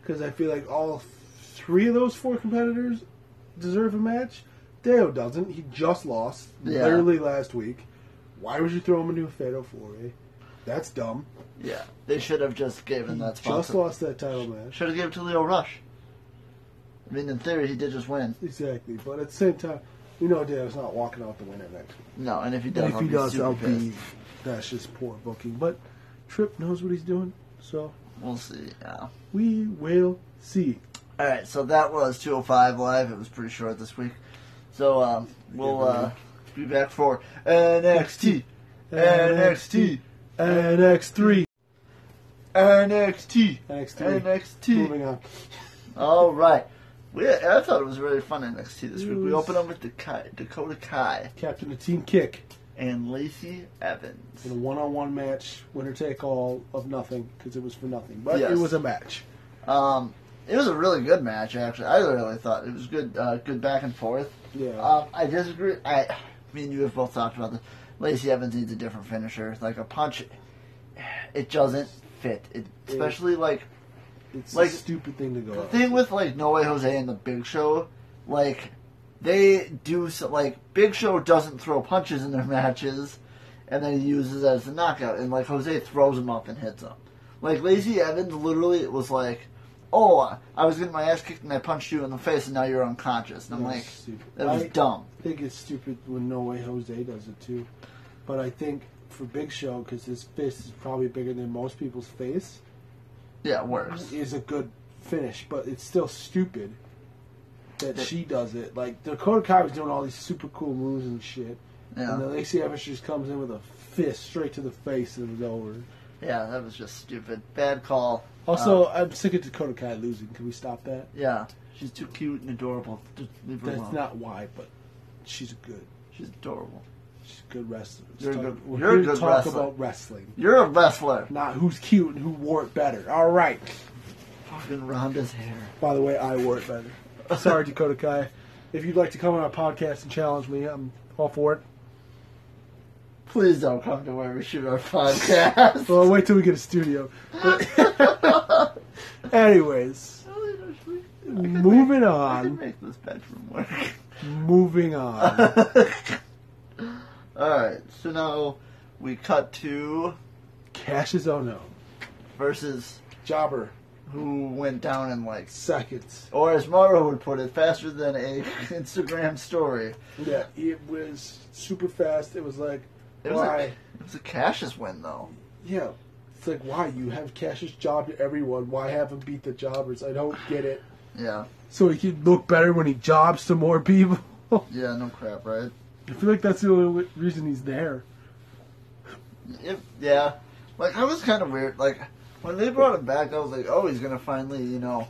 Speaker 2: because I feel like all three of those four competitors deserve a match. Deo doesn't. He just lost
Speaker 1: Yeah.
Speaker 2: literally last week. Why would you throw him into a fatal four way? That's dumb.
Speaker 1: Yeah, they should have just given that
Speaker 2: he just
Speaker 1: sponsor.
Speaker 2: lost that title match.
Speaker 1: Should have given it to Leo Rush. I mean, in theory, he did just win.
Speaker 2: Exactly, but at the same time, we know Deo's not walking out the winner next week.
Speaker 1: No, and if he does,
Speaker 2: if
Speaker 1: I'll
Speaker 2: he
Speaker 1: be
Speaker 2: does,
Speaker 1: super
Speaker 2: I'll
Speaker 1: pissed.
Speaker 2: be that's just poor booking. But Tripp knows what he's doing, so
Speaker 1: We'll see. Yeah.
Speaker 2: we will see.
Speaker 1: All right, so that was 205 live. It was pretty short this week. So um, we'll uh, be back for NXT, NXT,
Speaker 2: NX3.
Speaker 1: NXT,
Speaker 2: NX3.
Speaker 1: NXT.
Speaker 2: Moving on.
Speaker 1: All right. We, I thought it was really fun NXT this week. We opened up with Dakai, Dakota Kai
Speaker 2: Captain of Team Kick
Speaker 1: and Lacey Evans.
Speaker 2: in a one-on-one match, winner take all of nothing because it was for nothing, but
Speaker 1: Yes.
Speaker 2: it was a match.
Speaker 1: Um, it was a really good match, actually. I really thought it was good, uh, good back and forth.
Speaker 2: Yeah.
Speaker 1: Um, I disagree. I, me and you have both talked about this. Lacey Evans needs a different finisher, like a punch. It doesn't fit, it, especially like
Speaker 2: it's
Speaker 1: like-
Speaker 2: a stupid thing to go.
Speaker 1: the
Speaker 2: out.
Speaker 1: thing with like No Way Jose and the Big Show, like they do so, like Big Show doesn't throw punches in their matches, and then he uses that as a knockout, and like Jose throws him up and hits him. Like Lazy Evans literally was like, oh, I was getting my ass kicked and I punched you in the face and now you're unconscious. And I'm
Speaker 2: That's
Speaker 1: like,
Speaker 2: stupid.
Speaker 1: that was
Speaker 2: I-
Speaker 1: dumb.
Speaker 2: I think it's stupid when No Way Jose does it too. But I think for Big Show, because his fist is probably bigger than most people's face,
Speaker 1: Yeah, worse.
Speaker 2: is a good finish. But it's still stupid that she does it. Like Dakota Kai was doing all these super cool moves and shit,
Speaker 1: Yeah.
Speaker 2: and then Lacey Evans just comes in with a fist straight to the face and it's over.
Speaker 1: yeah, that was just stupid. Bad call.
Speaker 2: Also,
Speaker 1: Uh,
Speaker 2: I'm sick of Dakota Kai losing. Can we stop that?
Speaker 1: yeah, she's too cute and adorable. Just leave her
Speaker 2: That's
Speaker 1: alone.
Speaker 2: not why, but she's good.
Speaker 1: she's adorable.
Speaker 2: She's a good wrestler. Let's
Speaker 1: You're a
Speaker 2: talk-
Speaker 1: good-
Speaker 2: we're
Speaker 1: you're a
Speaker 2: here to
Speaker 1: good
Speaker 2: talk
Speaker 1: wrestler.
Speaker 2: about wrestling.
Speaker 1: You're a wrestler.
Speaker 2: Not who's cute and who wore it better. All right.
Speaker 1: Fucking Rhonda's hair.
Speaker 2: By the way, I wore it better. Sorry, Dakota Kai. If you'd like to come on our podcast and challenge me, I'm all for it.
Speaker 1: Please don't come to where we shoot our podcast.
Speaker 2: Well, wait till we get a studio. Anyways, Moving
Speaker 1: I
Speaker 2: on.
Speaker 1: can make this bedroom work.
Speaker 2: moving on.
Speaker 1: Alright, so now we cut to
Speaker 2: Cassius Ono,
Speaker 1: versus
Speaker 2: jobber,
Speaker 1: who went down in like,
Speaker 2: seconds.
Speaker 1: or as Mara would put it, faster than a Instagram story.
Speaker 2: Yeah, it was super fast. It was like,
Speaker 1: It was,
Speaker 2: why?
Speaker 1: a, it was a Cassius win though.
Speaker 2: Yeah. It's like, why? You have Cassius job to everyone. Why have him beat the jobbers? I don't get it.
Speaker 1: Yeah,
Speaker 2: So he could look better when he jobs to more people. I
Speaker 1: yeah, no crap, right?
Speaker 2: feel like that's the only reason he's there.
Speaker 1: If, yeah, like I was kind of weird. Like when they brought him back, I was like, oh, he's gonna finally, you know.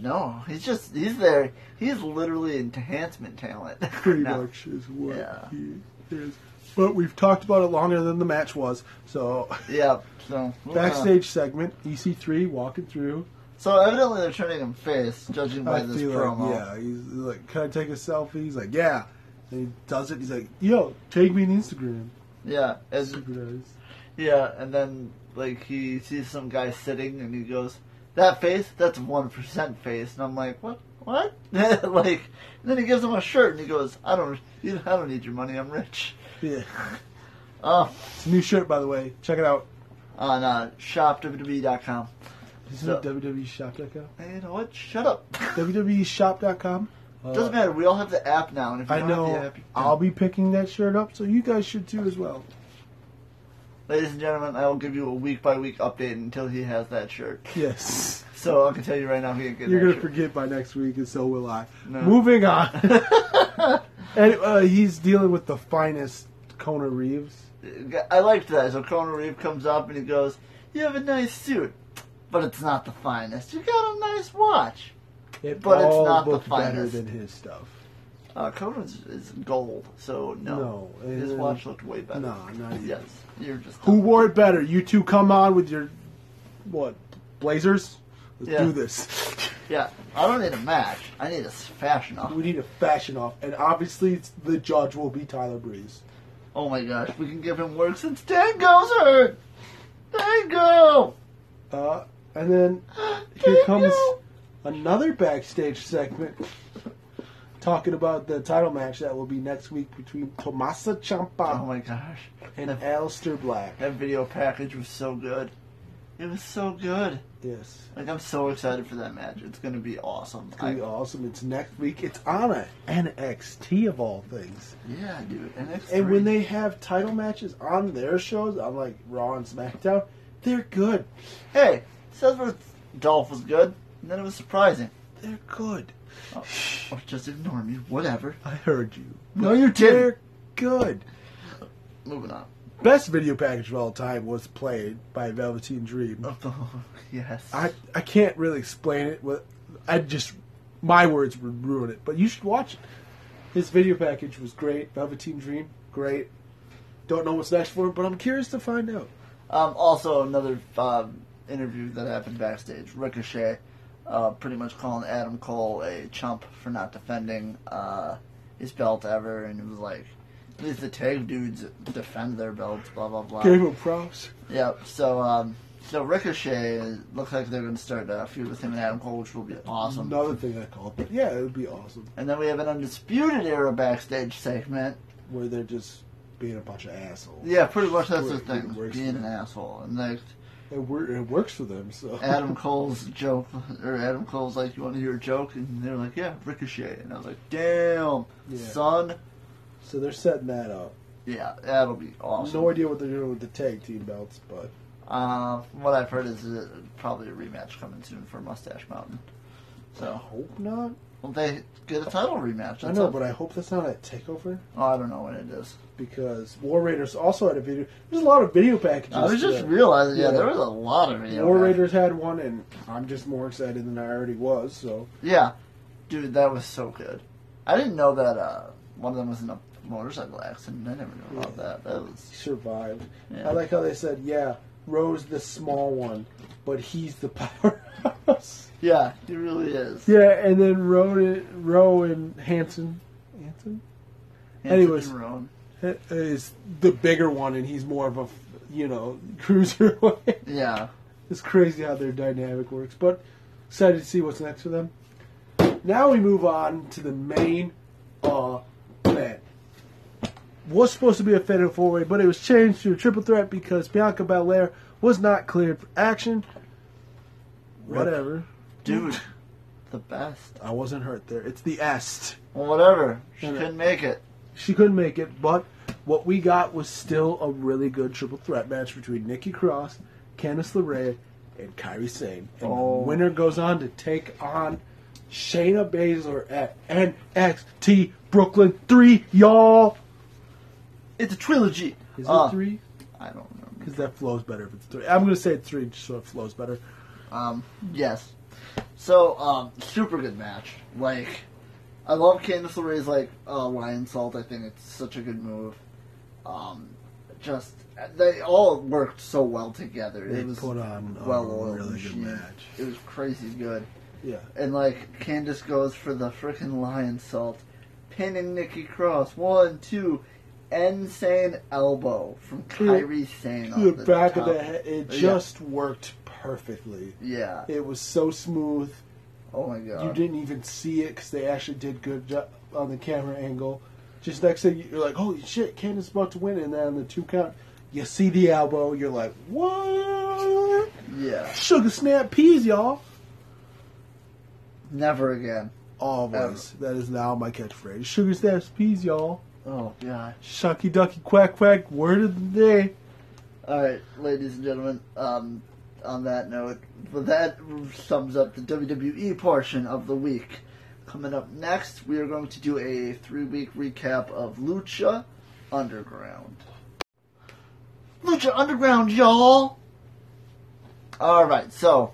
Speaker 1: No, he's just he's there. He's literally enhancement talent.
Speaker 2: Pretty
Speaker 1: No.
Speaker 2: much is what
Speaker 1: Yeah.
Speaker 2: he is. But we've talked about it longer than the match was. So
Speaker 1: Yeah. So we'll
Speaker 2: backstage segment, EC3 walking through.
Speaker 1: kinda- So evidently they're turning him face, judging by
Speaker 2: I
Speaker 1: this
Speaker 2: feel
Speaker 1: promo.
Speaker 2: like, yeah, he's like, can I take a selfie? He's like, yeah. And he does it. He's like, yo, take me an Instagram.
Speaker 1: Yeah, as
Speaker 2: Super nice.
Speaker 1: yeah, and then like he sees some guy sitting, and he goes, "That face, that's one percent face." And I'm like, "What? What?" like, and then he gives him a shirt, and he goes, "I don't, you, I don't need your money. I'm rich."
Speaker 2: Yeah.
Speaker 1: Oh,
Speaker 2: It's a new shirt, by the way. Check it out.
Speaker 1: on uh, shopwwe.com.
Speaker 2: This is
Speaker 1: So-
Speaker 2: at E www.shop.com.
Speaker 1: Hey, you know what? Shut up.
Speaker 2: E www.shop.com. Uh,
Speaker 1: Doesn't matter. We all have the app now, and if you
Speaker 2: I
Speaker 1: don't have the
Speaker 2: know
Speaker 1: app, you can-
Speaker 2: I'll be picking that shirt up, so you guys should too as well.
Speaker 1: ladies and gentlemen, I will give you a week by week update until he has that shirt.
Speaker 2: Yes.
Speaker 1: So I can tell you right now, he ain't getting
Speaker 2: You're
Speaker 1: that
Speaker 2: going to
Speaker 1: shirt.
Speaker 2: forget by next week, and so will I.
Speaker 1: No.
Speaker 2: Moving on. and uh, he's dealing with the finest Kona Reeves.
Speaker 1: I liked that. So Conor Reeve comes up and he goes, "You have a nice suit, but it's not the finest. You got a nice watch.
Speaker 2: It
Speaker 1: But it's
Speaker 2: all
Speaker 1: not the
Speaker 2: looked better
Speaker 1: finest.
Speaker 2: than his stuff.
Speaker 1: Uh, Conan's is gold, so no,
Speaker 2: No,
Speaker 1: his
Speaker 2: and-
Speaker 1: watch looked way better.
Speaker 2: No, not even.
Speaker 1: yes, you're just
Speaker 2: Who wore it better? You two come on with your, what, blazers? Let's
Speaker 1: Yeah.
Speaker 2: do this.
Speaker 1: Yeah, I don't need a match. I need a s- fashion off.
Speaker 2: We need a fashion off, and obviously it's- the judge will be Tyler Breeze.
Speaker 1: Oh my gosh, we can give him work since Dango's hurt. Dango.
Speaker 2: Uh, and then here
Speaker 1: Dango!
Speaker 2: comes another backstage segment talking about the title match that will be next week between Tomasa
Speaker 1: Oh
Speaker 2: Ciampa
Speaker 1: my gosh,
Speaker 2: and Alistair Black.
Speaker 1: that video package was so good. It was so good.
Speaker 2: Yes.
Speaker 1: Like I'm so excited for that match. It's gonna be awesome.
Speaker 2: It's gonna be
Speaker 1: I-
Speaker 2: awesome. It's next week. It's on a NXT of all things.
Speaker 1: Yeah, dude. NXT.
Speaker 2: And when they have title matches on their shows, on like Raw and SmackDown, they're good.
Speaker 1: hey, Seth Dolph was good, and then it was surprising.
Speaker 2: They're good.
Speaker 1: Oh, oh, just ignore me. Whatever.
Speaker 2: I heard you.
Speaker 1: No, you didn't.
Speaker 2: They're good.
Speaker 1: Moving on.
Speaker 2: Best video package of all time was played by Velveteen Dream.
Speaker 1: Oh, yes.
Speaker 2: I I can't really explain it. With I just my words would ruin it. But you should watch it. His video package was great. Velveteen Dream, great. Don't know what's next for him, but I'm curious to find out.
Speaker 1: um, also another um, interview that happened backstage. Ricochet, uh, pretty much calling Adam Cole a chump for not defending uh, his belt ever, and it was like. At least the tag dudes defend their belts, blah blah blah.
Speaker 2: Gave him props.
Speaker 1: Yep. So, um, so Ricochet uh, looks like they're going to start a feud with him and Adam Cole, which will be awesome.
Speaker 2: Another thing I called, but yeah, it would be awesome.
Speaker 1: And then we have an undisputed era backstage segment.
Speaker 2: Where they're just being a bunch of assholes.
Speaker 1: Yeah, pretty much that's the
Speaker 2: Where it
Speaker 1: thing.
Speaker 2: works.
Speaker 1: Being an asshole, and like
Speaker 2: It, wor- it works for them. So
Speaker 1: Adam Cole's joke, or Adam Cole's like, "You want to hear a joke?" And they're like, "Yeah, Ricochet." And I was like, "Damn,
Speaker 2: Yeah.
Speaker 1: son,
Speaker 2: so they're setting that up.
Speaker 1: yeah, that'll be awesome."
Speaker 2: No idea what they're doing with the tag team belts, but
Speaker 1: Uh, what I've heard is uh, probably a rematch coming soon for Mustache Mountain.
Speaker 2: I
Speaker 1: So,
Speaker 2: hope not.
Speaker 1: well, they get a title rematch.
Speaker 2: I know, but I hope that's not a takeover
Speaker 1: oh, I don't know when it is.
Speaker 2: because War Raiders also had a video. There's a lot of video packages.
Speaker 1: I was just
Speaker 2: today.
Speaker 1: realizing, yeah,
Speaker 2: yeah.
Speaker 1: there was a lot of video.
Speaker 2: War
Speaker 1: games.
Speaker 2: Raiders had one, and I'm just more excited than I already was. So
Speaker 1: Yeah, dude, that was so good. I didn't know that uh, one of them was in a motorcycle accident. I never knew about
Speaker 2: Yeah.
Speaker 1: that. That was
Speaker 2: he survived.
Speaker 1: yeah.
Speaker 2: I like how they said, "Yeah, Rose the small one, but he's the powerhouse."
Speaker 1: yeah, he really is.
Speaker 2: Yeah, and then Rowan, Rowan Hanson, Hanson
Speaker 1: Hanson
Speaker 2: anyways.
Speaker 1: and Rowan.
Speaker 2: is the bigger one, and he's more of a you know cruiserweight.
Speaker 1: Yeah,
Speaker 2: It's crazy how their dynamic works, but excited to see what's next for them. Now we move on to the main uh, event. Was supposed to be a fatal four way, but it was changed to a triple threat because Bianca Belair was not cleared for action. Whatever.
Speaker 1: dude, the best.
Speaker 2: I wasn't hurt there. It's the est.
Speaker 1: Well, whatever. She
Speaker 2: Yeah.
Speaker 1: couldn't make it.
Speaker 2: She couldn't make it, but what we got was still a really good triple threat match between Nikki Cross, Candice LeRae, and Kyrie Sane. And
Speaker 1: Oh.
Speaker 2: the winner goes on to take on Shayna Baszler at NXT Brooklyn 3, y'all.
Speaker 1: It's a trilogy.
Speaker 2: Is
Speaker 1: Uh,
Speaker 2: it 3?
Speaker 1: I don't remember.
Speaker 2: Because that flows better if it's 3. I'm going to say it's 3 just so it flows better.
Speaker 1: Um, yes. So, um, super good match. Like, I love Candice LeRae's like uh, lion salt. I think it's such a good move. Um, just they all worked so well together.
Speaker 2: They
Speaker 1: it was
Speaker 2: put on a
Speaker 1: well-oiled
Speaker 2: really good
Speaker 1: machine.
Speaker 2: match.
Speaker 1: It was crazy good.
Speaker 2: Yeah.
Speaker 1: And like Candace goes for the frickin' lion salt, pinning Nikki Cross. One, two, insane elbow from Kyrie Sane.
Speaker 2: To
Speaker 1: off
Speaker 2: the back
Speaker 1: top.
Speaker 2: of the head, it
Speaker 1: Yeah.
Speaker 2: just worked perfectly.
Speaker 1: Yeah.
Speaker 2: It was so smooth.
Speaker 1: Oh my god.
Speaker 2: you didn't even see it because they actually did good job on the camera angle. Just next thing you're like, holy shit, Candace about to win, and then on the two count, you see the elbow, you're like, what?
Speaker 1: Yeah.
Speaker 2: Sugar snap peas, y'all.
Speaker 1: Never again.
Speaker 2: Always. That is now my catchphrase. Sugar snaps peas, y'all.
Speaker 1: Oh god.
Speaker 2: Shucky ducky quack quack. Word of the day.
Speaker 1: All right, ladies and gentlemen. Um, on that note, well, that sums up the WWE portion of the week. Coming up next, we are going to do a three-week recap of Lucha Underground. Lucha Underground, y'all. All right, so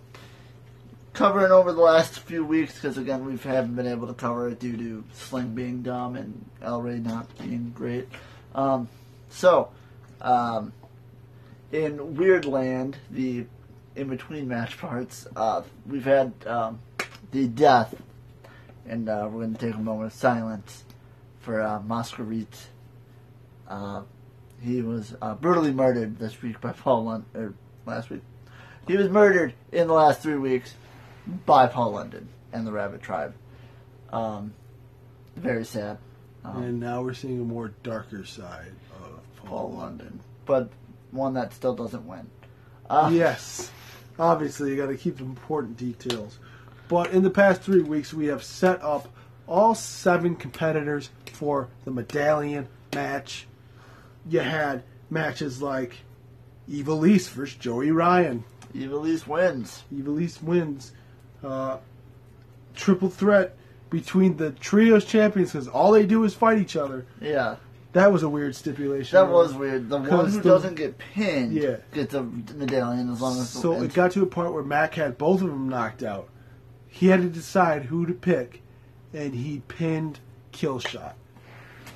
Speaker 1: covering over the last few weeks because again we haven't been able to cover it due to Sling being dumb and El Rey not being great. Um, so, um, in Weird Land, the in between match parts, uh, we've had um, the death, and uh, we're going to take a moment of silence for uh, Masquerite. Uh, he was uh, brutally murdered this week by Paul Lund or last week. He was murdered in the last three weeks by Paul London and the Rabbit Tribe. Um, very sad. Um,
Speaker 2: And now we're seeing a more darker side of
Speaker 1: Paul London, but one that still doesn't win. Uh,
Speaker 2: yes. Obviously, you got to keep the important details. But in the past three weeks, we have set up all seven competitors for the medallion match. You had matches like Evilise versus Joey Ryan.
Speaker 1: Evilise wins.
Speaker 2: Evilise wins. Uh, triple threat between the trios champions because all they do is fight each other.
Speaker 1: Yeah,
Speaker 2: That was a weird stipulation.
Speaker 1: that was weird. The one
Speaker 2: Because
Speaker 1: who
Speaker 2: the-
Speaker 1: doesn't get pinned
Speaker 2: Yeah.
Speaker 1: gets a medallion as long as the-
Speaker 2: So it got to a point where Mac had both of them knocked out. He had to decide who to pick, and he pinned Killshot.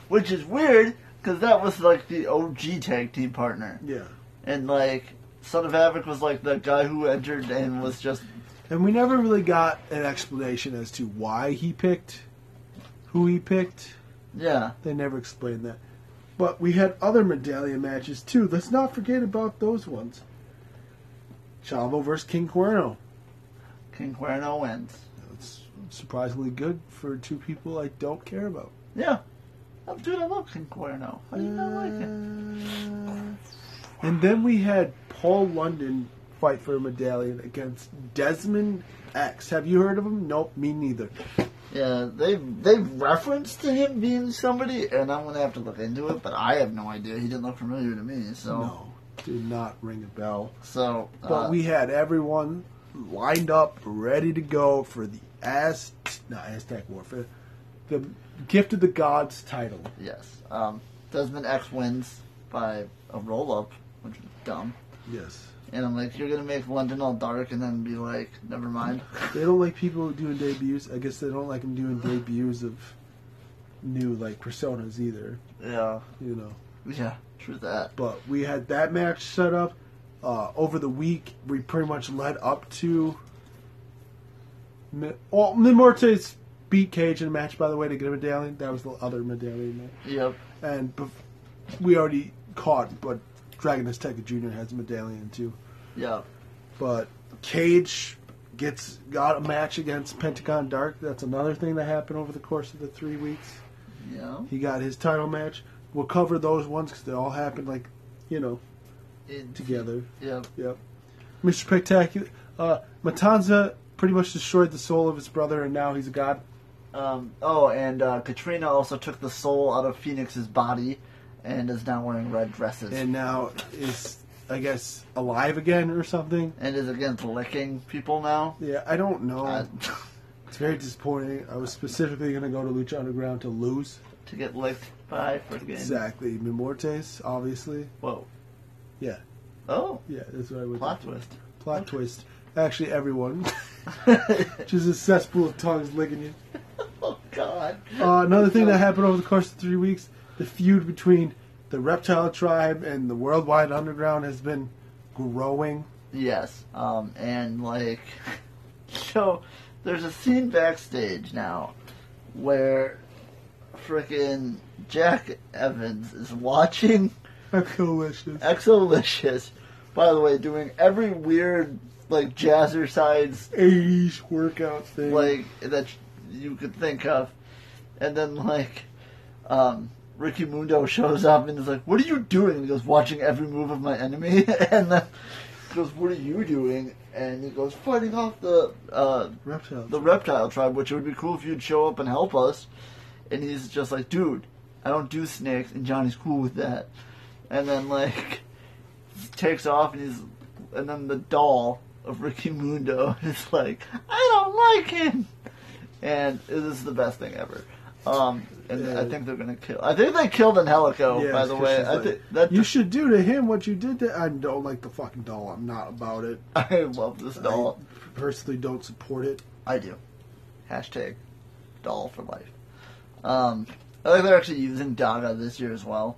Speaker 1: which is weird because that was like the OG tag team partner,
Speaker 2: Yeah.
Speaker 1: and like Son of Havoc was like the guy who entered and was just
Speaker 2: And we never really got an explanation as to why he picked who he picked.
Speaker 1: yeah
Speaker 2: They never explained that. But we had other medallion matches too. Let's not forget about those ones. Chavo versus King Cuerno.
Speaker 1: King Cuerno wins.
Speaker 2: That's surprisingly good for two people I don't care about.
Speaker 1: Yeah, oh, dude, I love King Cuerno. How do you not like it?
Speaker 2: And then we had Paul London fight for a medallion against Desmond X. Have you heard of him? Nope, me neither.
Speaker 1: Yeah, they they referenced to him being somebody, and I'm gonna have to look into it. But I have no idea. He didn't look familiar to me. So
Speaker 2: No, did not ring a bell.
Speaker 1: so
Speaker 2: But
Speaker 1: uh,
Speaker 2: we had everyone lined up, ready to go for the Az not Aztec warfare, the gift of the gods title.
Speaker 1: yes, um, Desmond X wins by a roll up, which is dumb.
Speaker 2: Yes,
Speaker 1: And I'm like, you're gonna make London all dark, and then be like, never mind.
Speaker 2: they don't like people doing debuts. I guess they don't like them doing debuts of new like personas either.
Speaker 1: yeah,
Speaker 2: You know.
Speaker 1: yeah, true that.
Speaker 2: but we had that match set up uh, over the week. We pretty much led up to. Mi- Well, Nimortes beat Cage in a match, by the way, to get a medallion. That was the other medallion. match.
Speaker 1: Yep.
Speaker 2: And bef- we already caught, but Dragon Azteca Jr. has a medallion too.
Speaker 1: Yep.
Speaker 2: But Cage gets got a match against Pentagon Dark. That's another thing that happened over the course of the three weeks.
Speaker 1: Yeah.
Speaker 2: He got his title match. We'll cover those ones because they all happened like, you know,
Speaker 1: It-
Speaker 2: together.
Speaker 1: Yep.
Speaker 2: Yep. Mr. Spectacular. Uh, Matanza pretty much destroyed the soul of his brother, and now he's a god.
Speaker 1: Um, oh, and uh, Katrina also took the soul out of Phoenix's body, and is now wearing red dresses,
Speaker 2: And now is, I guess, alive again or something.
Speaker 1: and is against licking people now.
Speaker 2: Yeah, I don't know.
Speaker 1: Uh,
Speaker 2: it's very disappointing. I was specifically going to go to Lucha Underground to lose.
Speaker 1: to get licked by freaking.
Speaker 2: Exactly. Memortes, obviously.
Speaker 1: Whoa.
Speaker 2: Yeah,
Speaker 1: Oh,
Speaker 2: yeah, that's what I would
Speaker 1: plot twist.
Speaker 2: Plot twist. Actually, everyone. Just a cesspool of tongues licking you.
Speaker 1: oh God.
Speaker 2: Uh, another thing that happened over the course of three weeks, the feud between the reptile tribe and the worldwide underground has been growing.
Speaker 1: Yes. Um, and like, so there's a scene backstage now where frickin' Jack Evans is watching
Speaker 2: Delicious.
Speaker 1: Exolicious. By the way, doing every weird like jazzercise
Speaker 2: 80s workout thing.
Speaker 1: like that you could think of, and then like, um. Ricky Mundo shows up and is like, "What are you doing?" And he goes, "Watching every move of my enemy." and then goes, "What are you doing?" And he goes, "Fighting off the uh,
Speaker 2: reptile.
Speaker 1: the reptile tribe, which it would be cool if you'd show up and help us. And he's just like, dude, I don't do snakes, and Johnny's cool with that. And then like takes off, and he's and then the doll of Ricky Mundo is like, I don't like him, and it is the best thing ever. Um, and
Speaker 2: Yeah.
Speaker 1: I think they're gonna kill. I think they killed Angelico,
Speaker 2: Yeah,
Speaker 1: by the
Speaker 2: it's
Speaker 1: way.
Speaker 2: just
Speaker 1: I
Speaker 2: like,
Speaker 1: think that
Speaker 2: Oh, you should do to him what you did to. I don't like the fucking doll. I'm not about it.
Speaker 1: I love this doll.
Speaker 2: I personally don't support it.
Speaker 1: I do. Hashtag doll for life. Um, I think they're actually using Daga this year as well.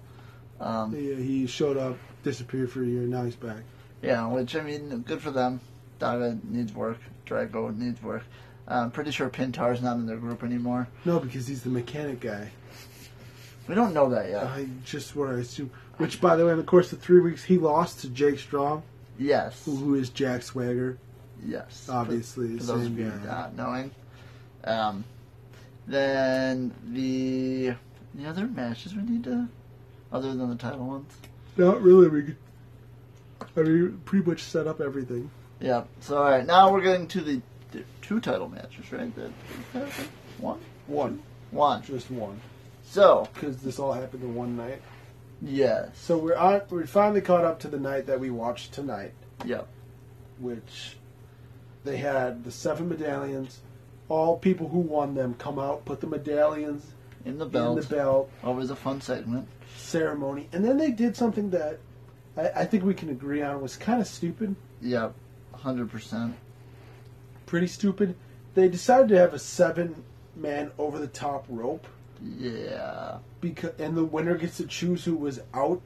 Speaker 1: Um,
Speaker 2: Yeah, he showed up, disappeared for a year, now he's back.
Speaker 1: yeah, which I mean, good for them. Daga needs work. Drago needs work. I'm pretty sure Pintar's not in their group anymore.
Speaker 2: No, because he's the mechanic guy.
Speaker 1: We don't know that yet.
Speaker 2: I just what I assume. Which, by the way, in the course of three weeks, he lost to Jake Strong,
Speaker 1: Yes,
Speaker 2: who is Jack Swagger.
Speaker 1: yes.
Speaker 2: Obviously,
Speaker 1: for, for
Speaker 2: same
Speaker 1: those of you
Speaker 2: guy.
Speaker 1: not knowing. Um, then the the other matches we need to, other than the title ones.
Speaker 2: Not really. We could, I mean, pretty much set up everything.
Speaker 1: Yeah. So all right, now we're getting to the, the two title matches, right? The, one,
Speaker 2: One,
Speaker 1: one.
Speaker 2: just one,
Speaker 1: So
Speaker 2: because this all happened in one night.
Speaker 1: yes,
Speaker 2: So we're on. We finally caught up to the night that we watched tonight,
Speaker 1: yep,
Speaker 2: which they had the seven medallions. All people who won them come out, put the medallions
Speaker 1: in the
Speaker 2: in
Speaker 1: belt.
Speaker 2: the belt
Speaker 1: Always a fun segment.
Speaker 2: ceremony, and then they did something that I, I think we can agree on was kind of stupid.
Speaker 1: Yep, hundred percent.
Speaker 2: pretty stupid. They decided to have a seven man over the top rope
Speaker 1: Yeah,
Speaker 2: because and the winner gets to choose who was out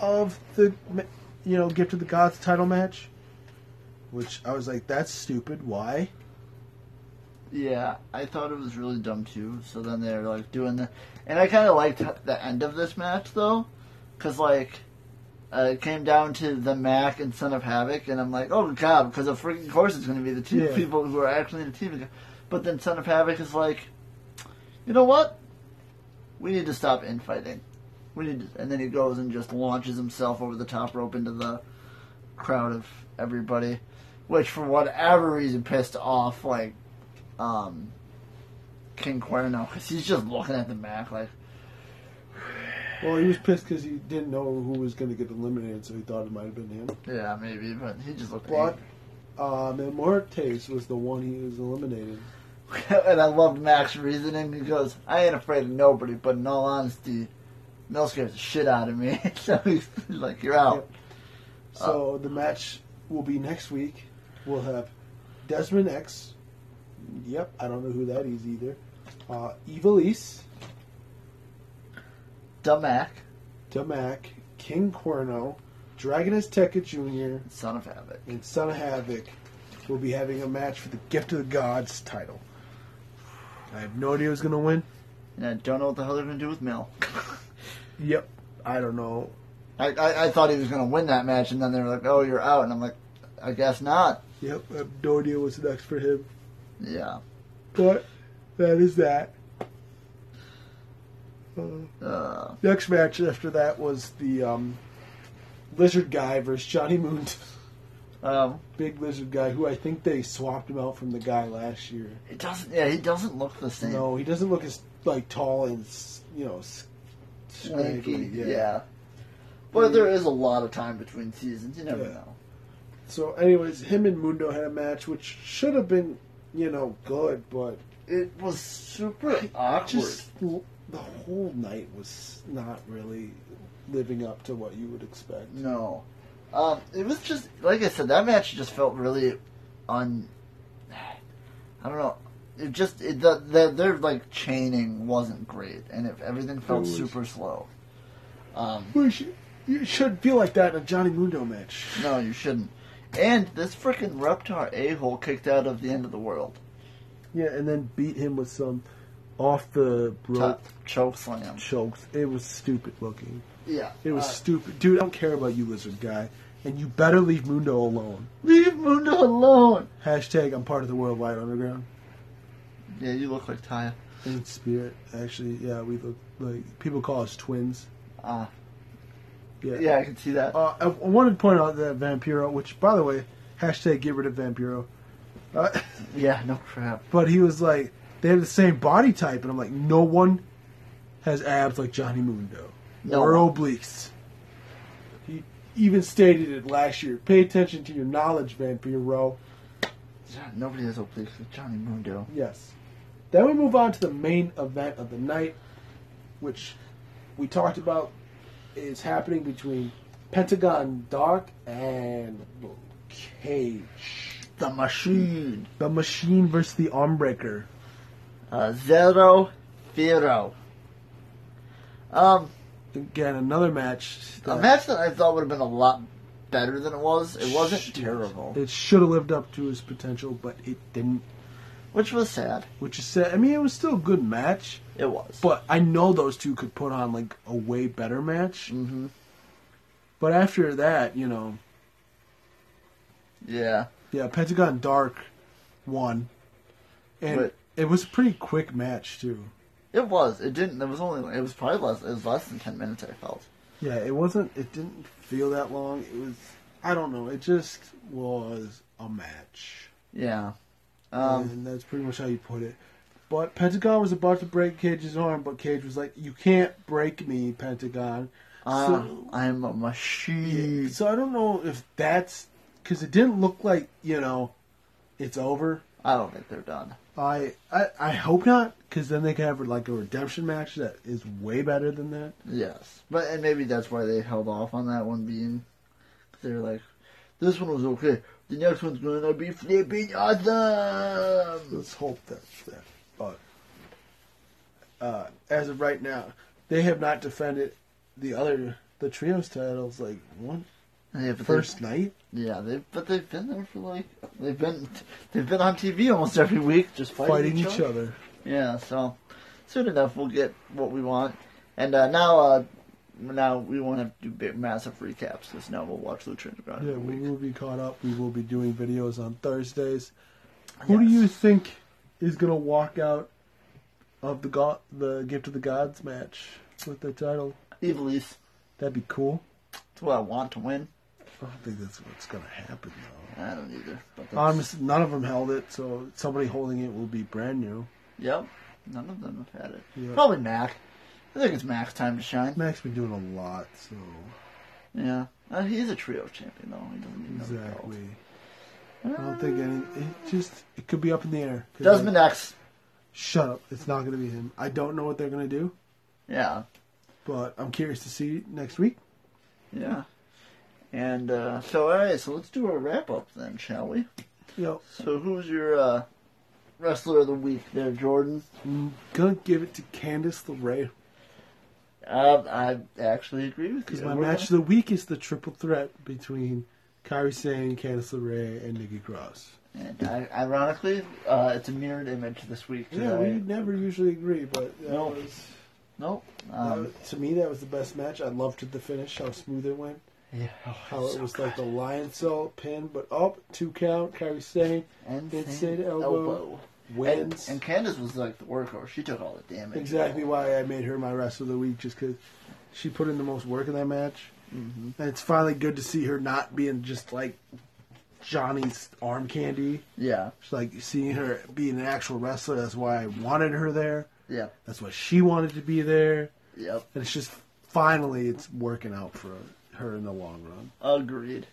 Speaker 2: of the ma- you know gift of the gods title match. Which I was like, that's stupid. Why?
Speaker 1: yeah. I thought it was really dumb too. So then they're like doing the, and I kind of liked the end of this match though, because like. Uh, it came down to the Mac and Son of Havoc, and I'm like, oh god, because of freaking course it's going to be the two
Speaker 2: Yeah.
Speaker 1: people who are actually in the team. But then Son of Havoc is like, you know what? We need to stop infighting. We need, to, and then he goes and just launches himself over the top rope into the crowd of everybody, which for whatever reason pissed off like um, King Cuerno because he's just looking at the Mac like,
Speaker 2: Well, he was pissed because he didn't know who was going to get eliminated, so he thought it might have been him.
Speaker 1: yeah, maybe, but he just looked.
Speaker 2: But
Speaker 1: angry.
Speaker 2: um, Immortes was the one he was eliminated.
Speaker 1: and I loved Mac's reasoning. He goes, "I ain't afraid of nobody, but in all honesty, Mel scares the shit out of me." so he's like, "You're out."
Speaker 2: So the match will be next week. We'll have Desmond X. Yep, I don't know who that is either. Uh, Evilise,
Speaker 1: Dumb Mac,
Speaker 2: Damac, King Cuerno, Dragonist Tekka Jr.,
Speaker 1: son of havoc.
Speaker 2: and Son of Havoc will be having a match for the Gift of the Gods title. I have no idea who's going to win.
Speaker 1: And I don't know what the hell they're gonna do with Mel.
Speaker 2: Yep, I don't know.
Speaker 1: I, I, I thought he was gonna win that match, and then they were like, "Oh, you're out," and I'm like, "I guess not."
Speaker 2: Yep, I have no idea what's next for him.
Speaker 1: Yeah.
Speaker 2: But that is that. Uh,
Speaker 1: Uh,
Speaker 2: Next match after that was the um, lizard guy versus Johnny Moon,
Speaker 1: um,
Speaker 2: big lizard guy, who I think they swapped him out from the guy last year.
Speaker 1: it doesn't. Yeah, he doesn't look the same.
Speaker 2: No, he doesn't look as like tall and s- you know s-
Speaker 1: Lanky,
Speaker 2: scraggly.
Speaker 1: yeah. But there is a lot of time between seasons. You never
Speaker 2: Yeah.
Speaker 1: know.
Speaker 2: So, anyways, him and Mundo had a match, which should have been you know good, but
Speaker 1: It was super awkward.
Speaker 2: just l- the whole night was not really living up to what you would expect.
Speaker 1: No. Um, it was just like I said, that match just felt really un I don't know. It just it the, the their like chaining wasn't great and if everything felt
Speaker 2: was.
Speaker 1: super slow. Um,
Speaker 2: Which you should feel like that in a Johnny Mundo match.
Speaker 1: no, you shouldn't. And this freaking Reptar a hole kicked out of the end of the world.
Speaker 2: Yeah, and then beat him with some off the rope
Speaker 1: Top choke slam.
Speaker 2: chokes. It was stupid looking.
Speaker 1: Yeah.
Speaker 2: It was
Speaker 1: uh,
Speaker 2: stupid. Dude, I don't care about you, lizard guy. And you better leave Mundo alone.
Speaker 1: leave Mundo alone.
Speaker 2: Hashtag I'm part of the World Wide Underground.
Speaker 1: Yeah, you look like Taya.
Speaker 2: In spirit, actually, yeah, we look like people call us twins.
Speaker 1: Uh,
Speaker 2: Yeah.
Speaker 1: yeah, Oh, I can see that.
Speaker 2: Uh, I I wanted to point out that Vampiro, which, by the way, hashtag get rid of Vampiro. Uh,
Speaker 1: yeah, no crap.
Speaker 2: but he was like, they have the same body type. And I'm like, no one has abs like Johnny Mundo.
Speaker 1: No.
Speaker 2: Or obliques. He even stated it last year. Pay attention to your knowledge, Vampiro.
Speaker 1: Nobody has obliques with Johnny Mundo.
Speaker 2: Yes. Then we move on to the main event of the night, which we talked about is happening between Pentagon Dark and Cage.
Speaker 1: The machine.
Speaker 2: The Machine versus the Armbreaker.
Speaker 1: Uh, zero, zero. Um,
Speaker 2: Again, another match.
Speaker 1: a
Speaker 2: that-
Speaker 1: match that I thought would have been a lot better than it was. It wasn't
Speaker 2: Shit.
Speaker 1: terrible,
Speaker 2: It should have lived up to its potential, but it didn't.
Speaker 1: which was sad.
Speaker 2: Which is sad. I mean, it was still a good match,
Speaker 1: It was.
Speaker 2: but I know those two could put on like a way better match.
Speaker 1: hmm
Speaker 2: But after that, you know,
Speaker 1: Yeah.
Speaker 2: yeah, Pentagon Dark won, and
Speaker 1: But-
Speaker 2: it was a pretty quick match too.
Speaker 1: It was. It didn't. It was only. It was probably less. It was less than ten minutes. I felt.
Speaker 2: Yeah, it wasn't. It didn't feel that long. It was. I don't know. It just was a match,
Speaker 1: Yeah. Um.
Speaker 2: and that's pretty much how you put it. But Pentagon was about to break Cage's arm, but Cage was like, "You can't break me, Pentagon."
Speaker 1: uh,
Speaker 2: so,
Speaker 1: I'm a machine.
Speaker 2: so I don't know if that's because it didn't look like you know, it's over.
Speaker 1: I don't think they're done.
Speaker 2: I I, I hope not, because then they could have like a redemption match that is way better than that.
Speaker 1: Yes, but and maybe that's why they held off on that one being. They're like, this one was okay. The next one's gonna be flipping awesome.
Speaker 2: Let's hope that's that. But uh, as of right now, they have not defended the other the trios titles like one
Speaker 1: Yeah, but
Speaker 2: first night.
Speaker 1: they, yeah, they but they've been there for like they've been they've been on TV almost every week, just fighting,
Speaker 2: Fighting each other.
Speaker 1: Yeah, so soon enough we'll get what we want, and uh, now uh, now we won't have to do big massive recaps because now we'll watch Lucha Underground
Speaker 2: Yeah,
Speaker 1: every
Speaker 2: we
Speaker 1: week.
Speaker 2: will be caught up. We will be doing videos on Thursdays. Who
Speaker 1: Yes.
Speaker 2: do you think is gonna walk out of the go- the Gift of the Gods match with the title?
Speaker 1: Evilise,
Speaker 2: That'd be cool.
Speaker 1: that's what I want to win.
Speaker 2: I don't think that's what's going to happen, though.
Speaker 1: I don't either. But that's,
Speaker 2: Um, none of them held it, so somebody holding it will be brand new.
Speaker 1: yep. None of them have had it.
Speaker 2: Yeah.
Speaker 1: Probably Mac. I think it's Mac's time to shine.
Speaker 2: Mac's been doing a lot, so
Speaker 1: Yeah. Uh, he's a trio champion, though. He doesn't need another belt.
Speaker 2: exactly. I don't think any. It just it could be up in the air. Could
Speaker 1: Desmond
Speaker 2: be-
Speaker 1: X.
Speaker 2: shut up! It's not going to be him. I don't know what they're going to do,
Speaker 1: Yeah.
Speaker 2: but I'm curious to see next week.
Speaker 1: Yeah. And uh, so, all right, so let's do a wrap up then, shall we?
Speaker 2: You know,
Speaker 1: So, who's your uh, wrestler of the week there, Jordan?
Speaker 2: I'm gonna give it to Candice LeRae
Speaker 1: Uh, I actually agree with you.
Speaker 2: because my
Speaker 1: We're
Speaker 2: match of
Speaker 1: gonna-
Speaker 2: the week is the triple threat between Kyrie Sane, Candice LeRae, and Nikki Cross.
Speaker 1: and I, ironically, uh, it's a mirrored image this week.
Speaker 2: Yeah,
Speaker 1: today.
Speaker 2: we never usually agree, but that
Speaker 1: No.
Speaker 2: was,
Speaker 1: Nope.
Speaker 2: that
Speaker 1: Um,
Speaker 2: was- to me that was the best match. I loved the finish, how smooth it went.
Speaker 1: yeah.
Speaker 2: How it was like the lion salt pin, but up two count. Kyrie Sane
Speaker 1: and
Speaker 2: It
Speaker 1: Finn
Speaker 2: said elbow.
Speaker 1: And,
Speaker 2: wins.
Speaker 1: and Candace was like the workhorse. She took all the damage.
Speaker 2: exactly why I made her my wrestler of the week, just because she put in the most work in that match.
Speaker 1: Mhm.
Speaker 2: And it's finally good to see her not being just like Johnny's arm candy.
Speaker 1: Yeah.
Speaker 2: It's like seeing her being an actual wrestler. That's why I wanted her there.
Speaker 1: Yeah.
Speaker 2: That's why she wanted to be there.
Speaker 1: Yep.
Speaker 2: And it's just finally it's working out for her in the long run.
Speaker 1: Agreed.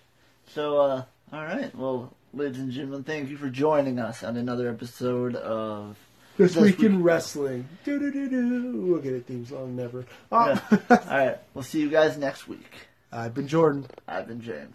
Speaker 1: So, uh, all right. Well, ladies and gentlemen, thank you for joining us on another episode of
Speaker 2: This,
Speaker 1: This
Speaker 2: week, in
Speaker 1: week-
Speaker 2: wrestling. Do do do do. We'll get a theme song never.
Speaker 1: Yeah.
Speaker 2: Oh.
Speaker 1: All right. We'll see you guys next week.
Speaker 2: I've been Jordan.
Speaker 1: I've been James.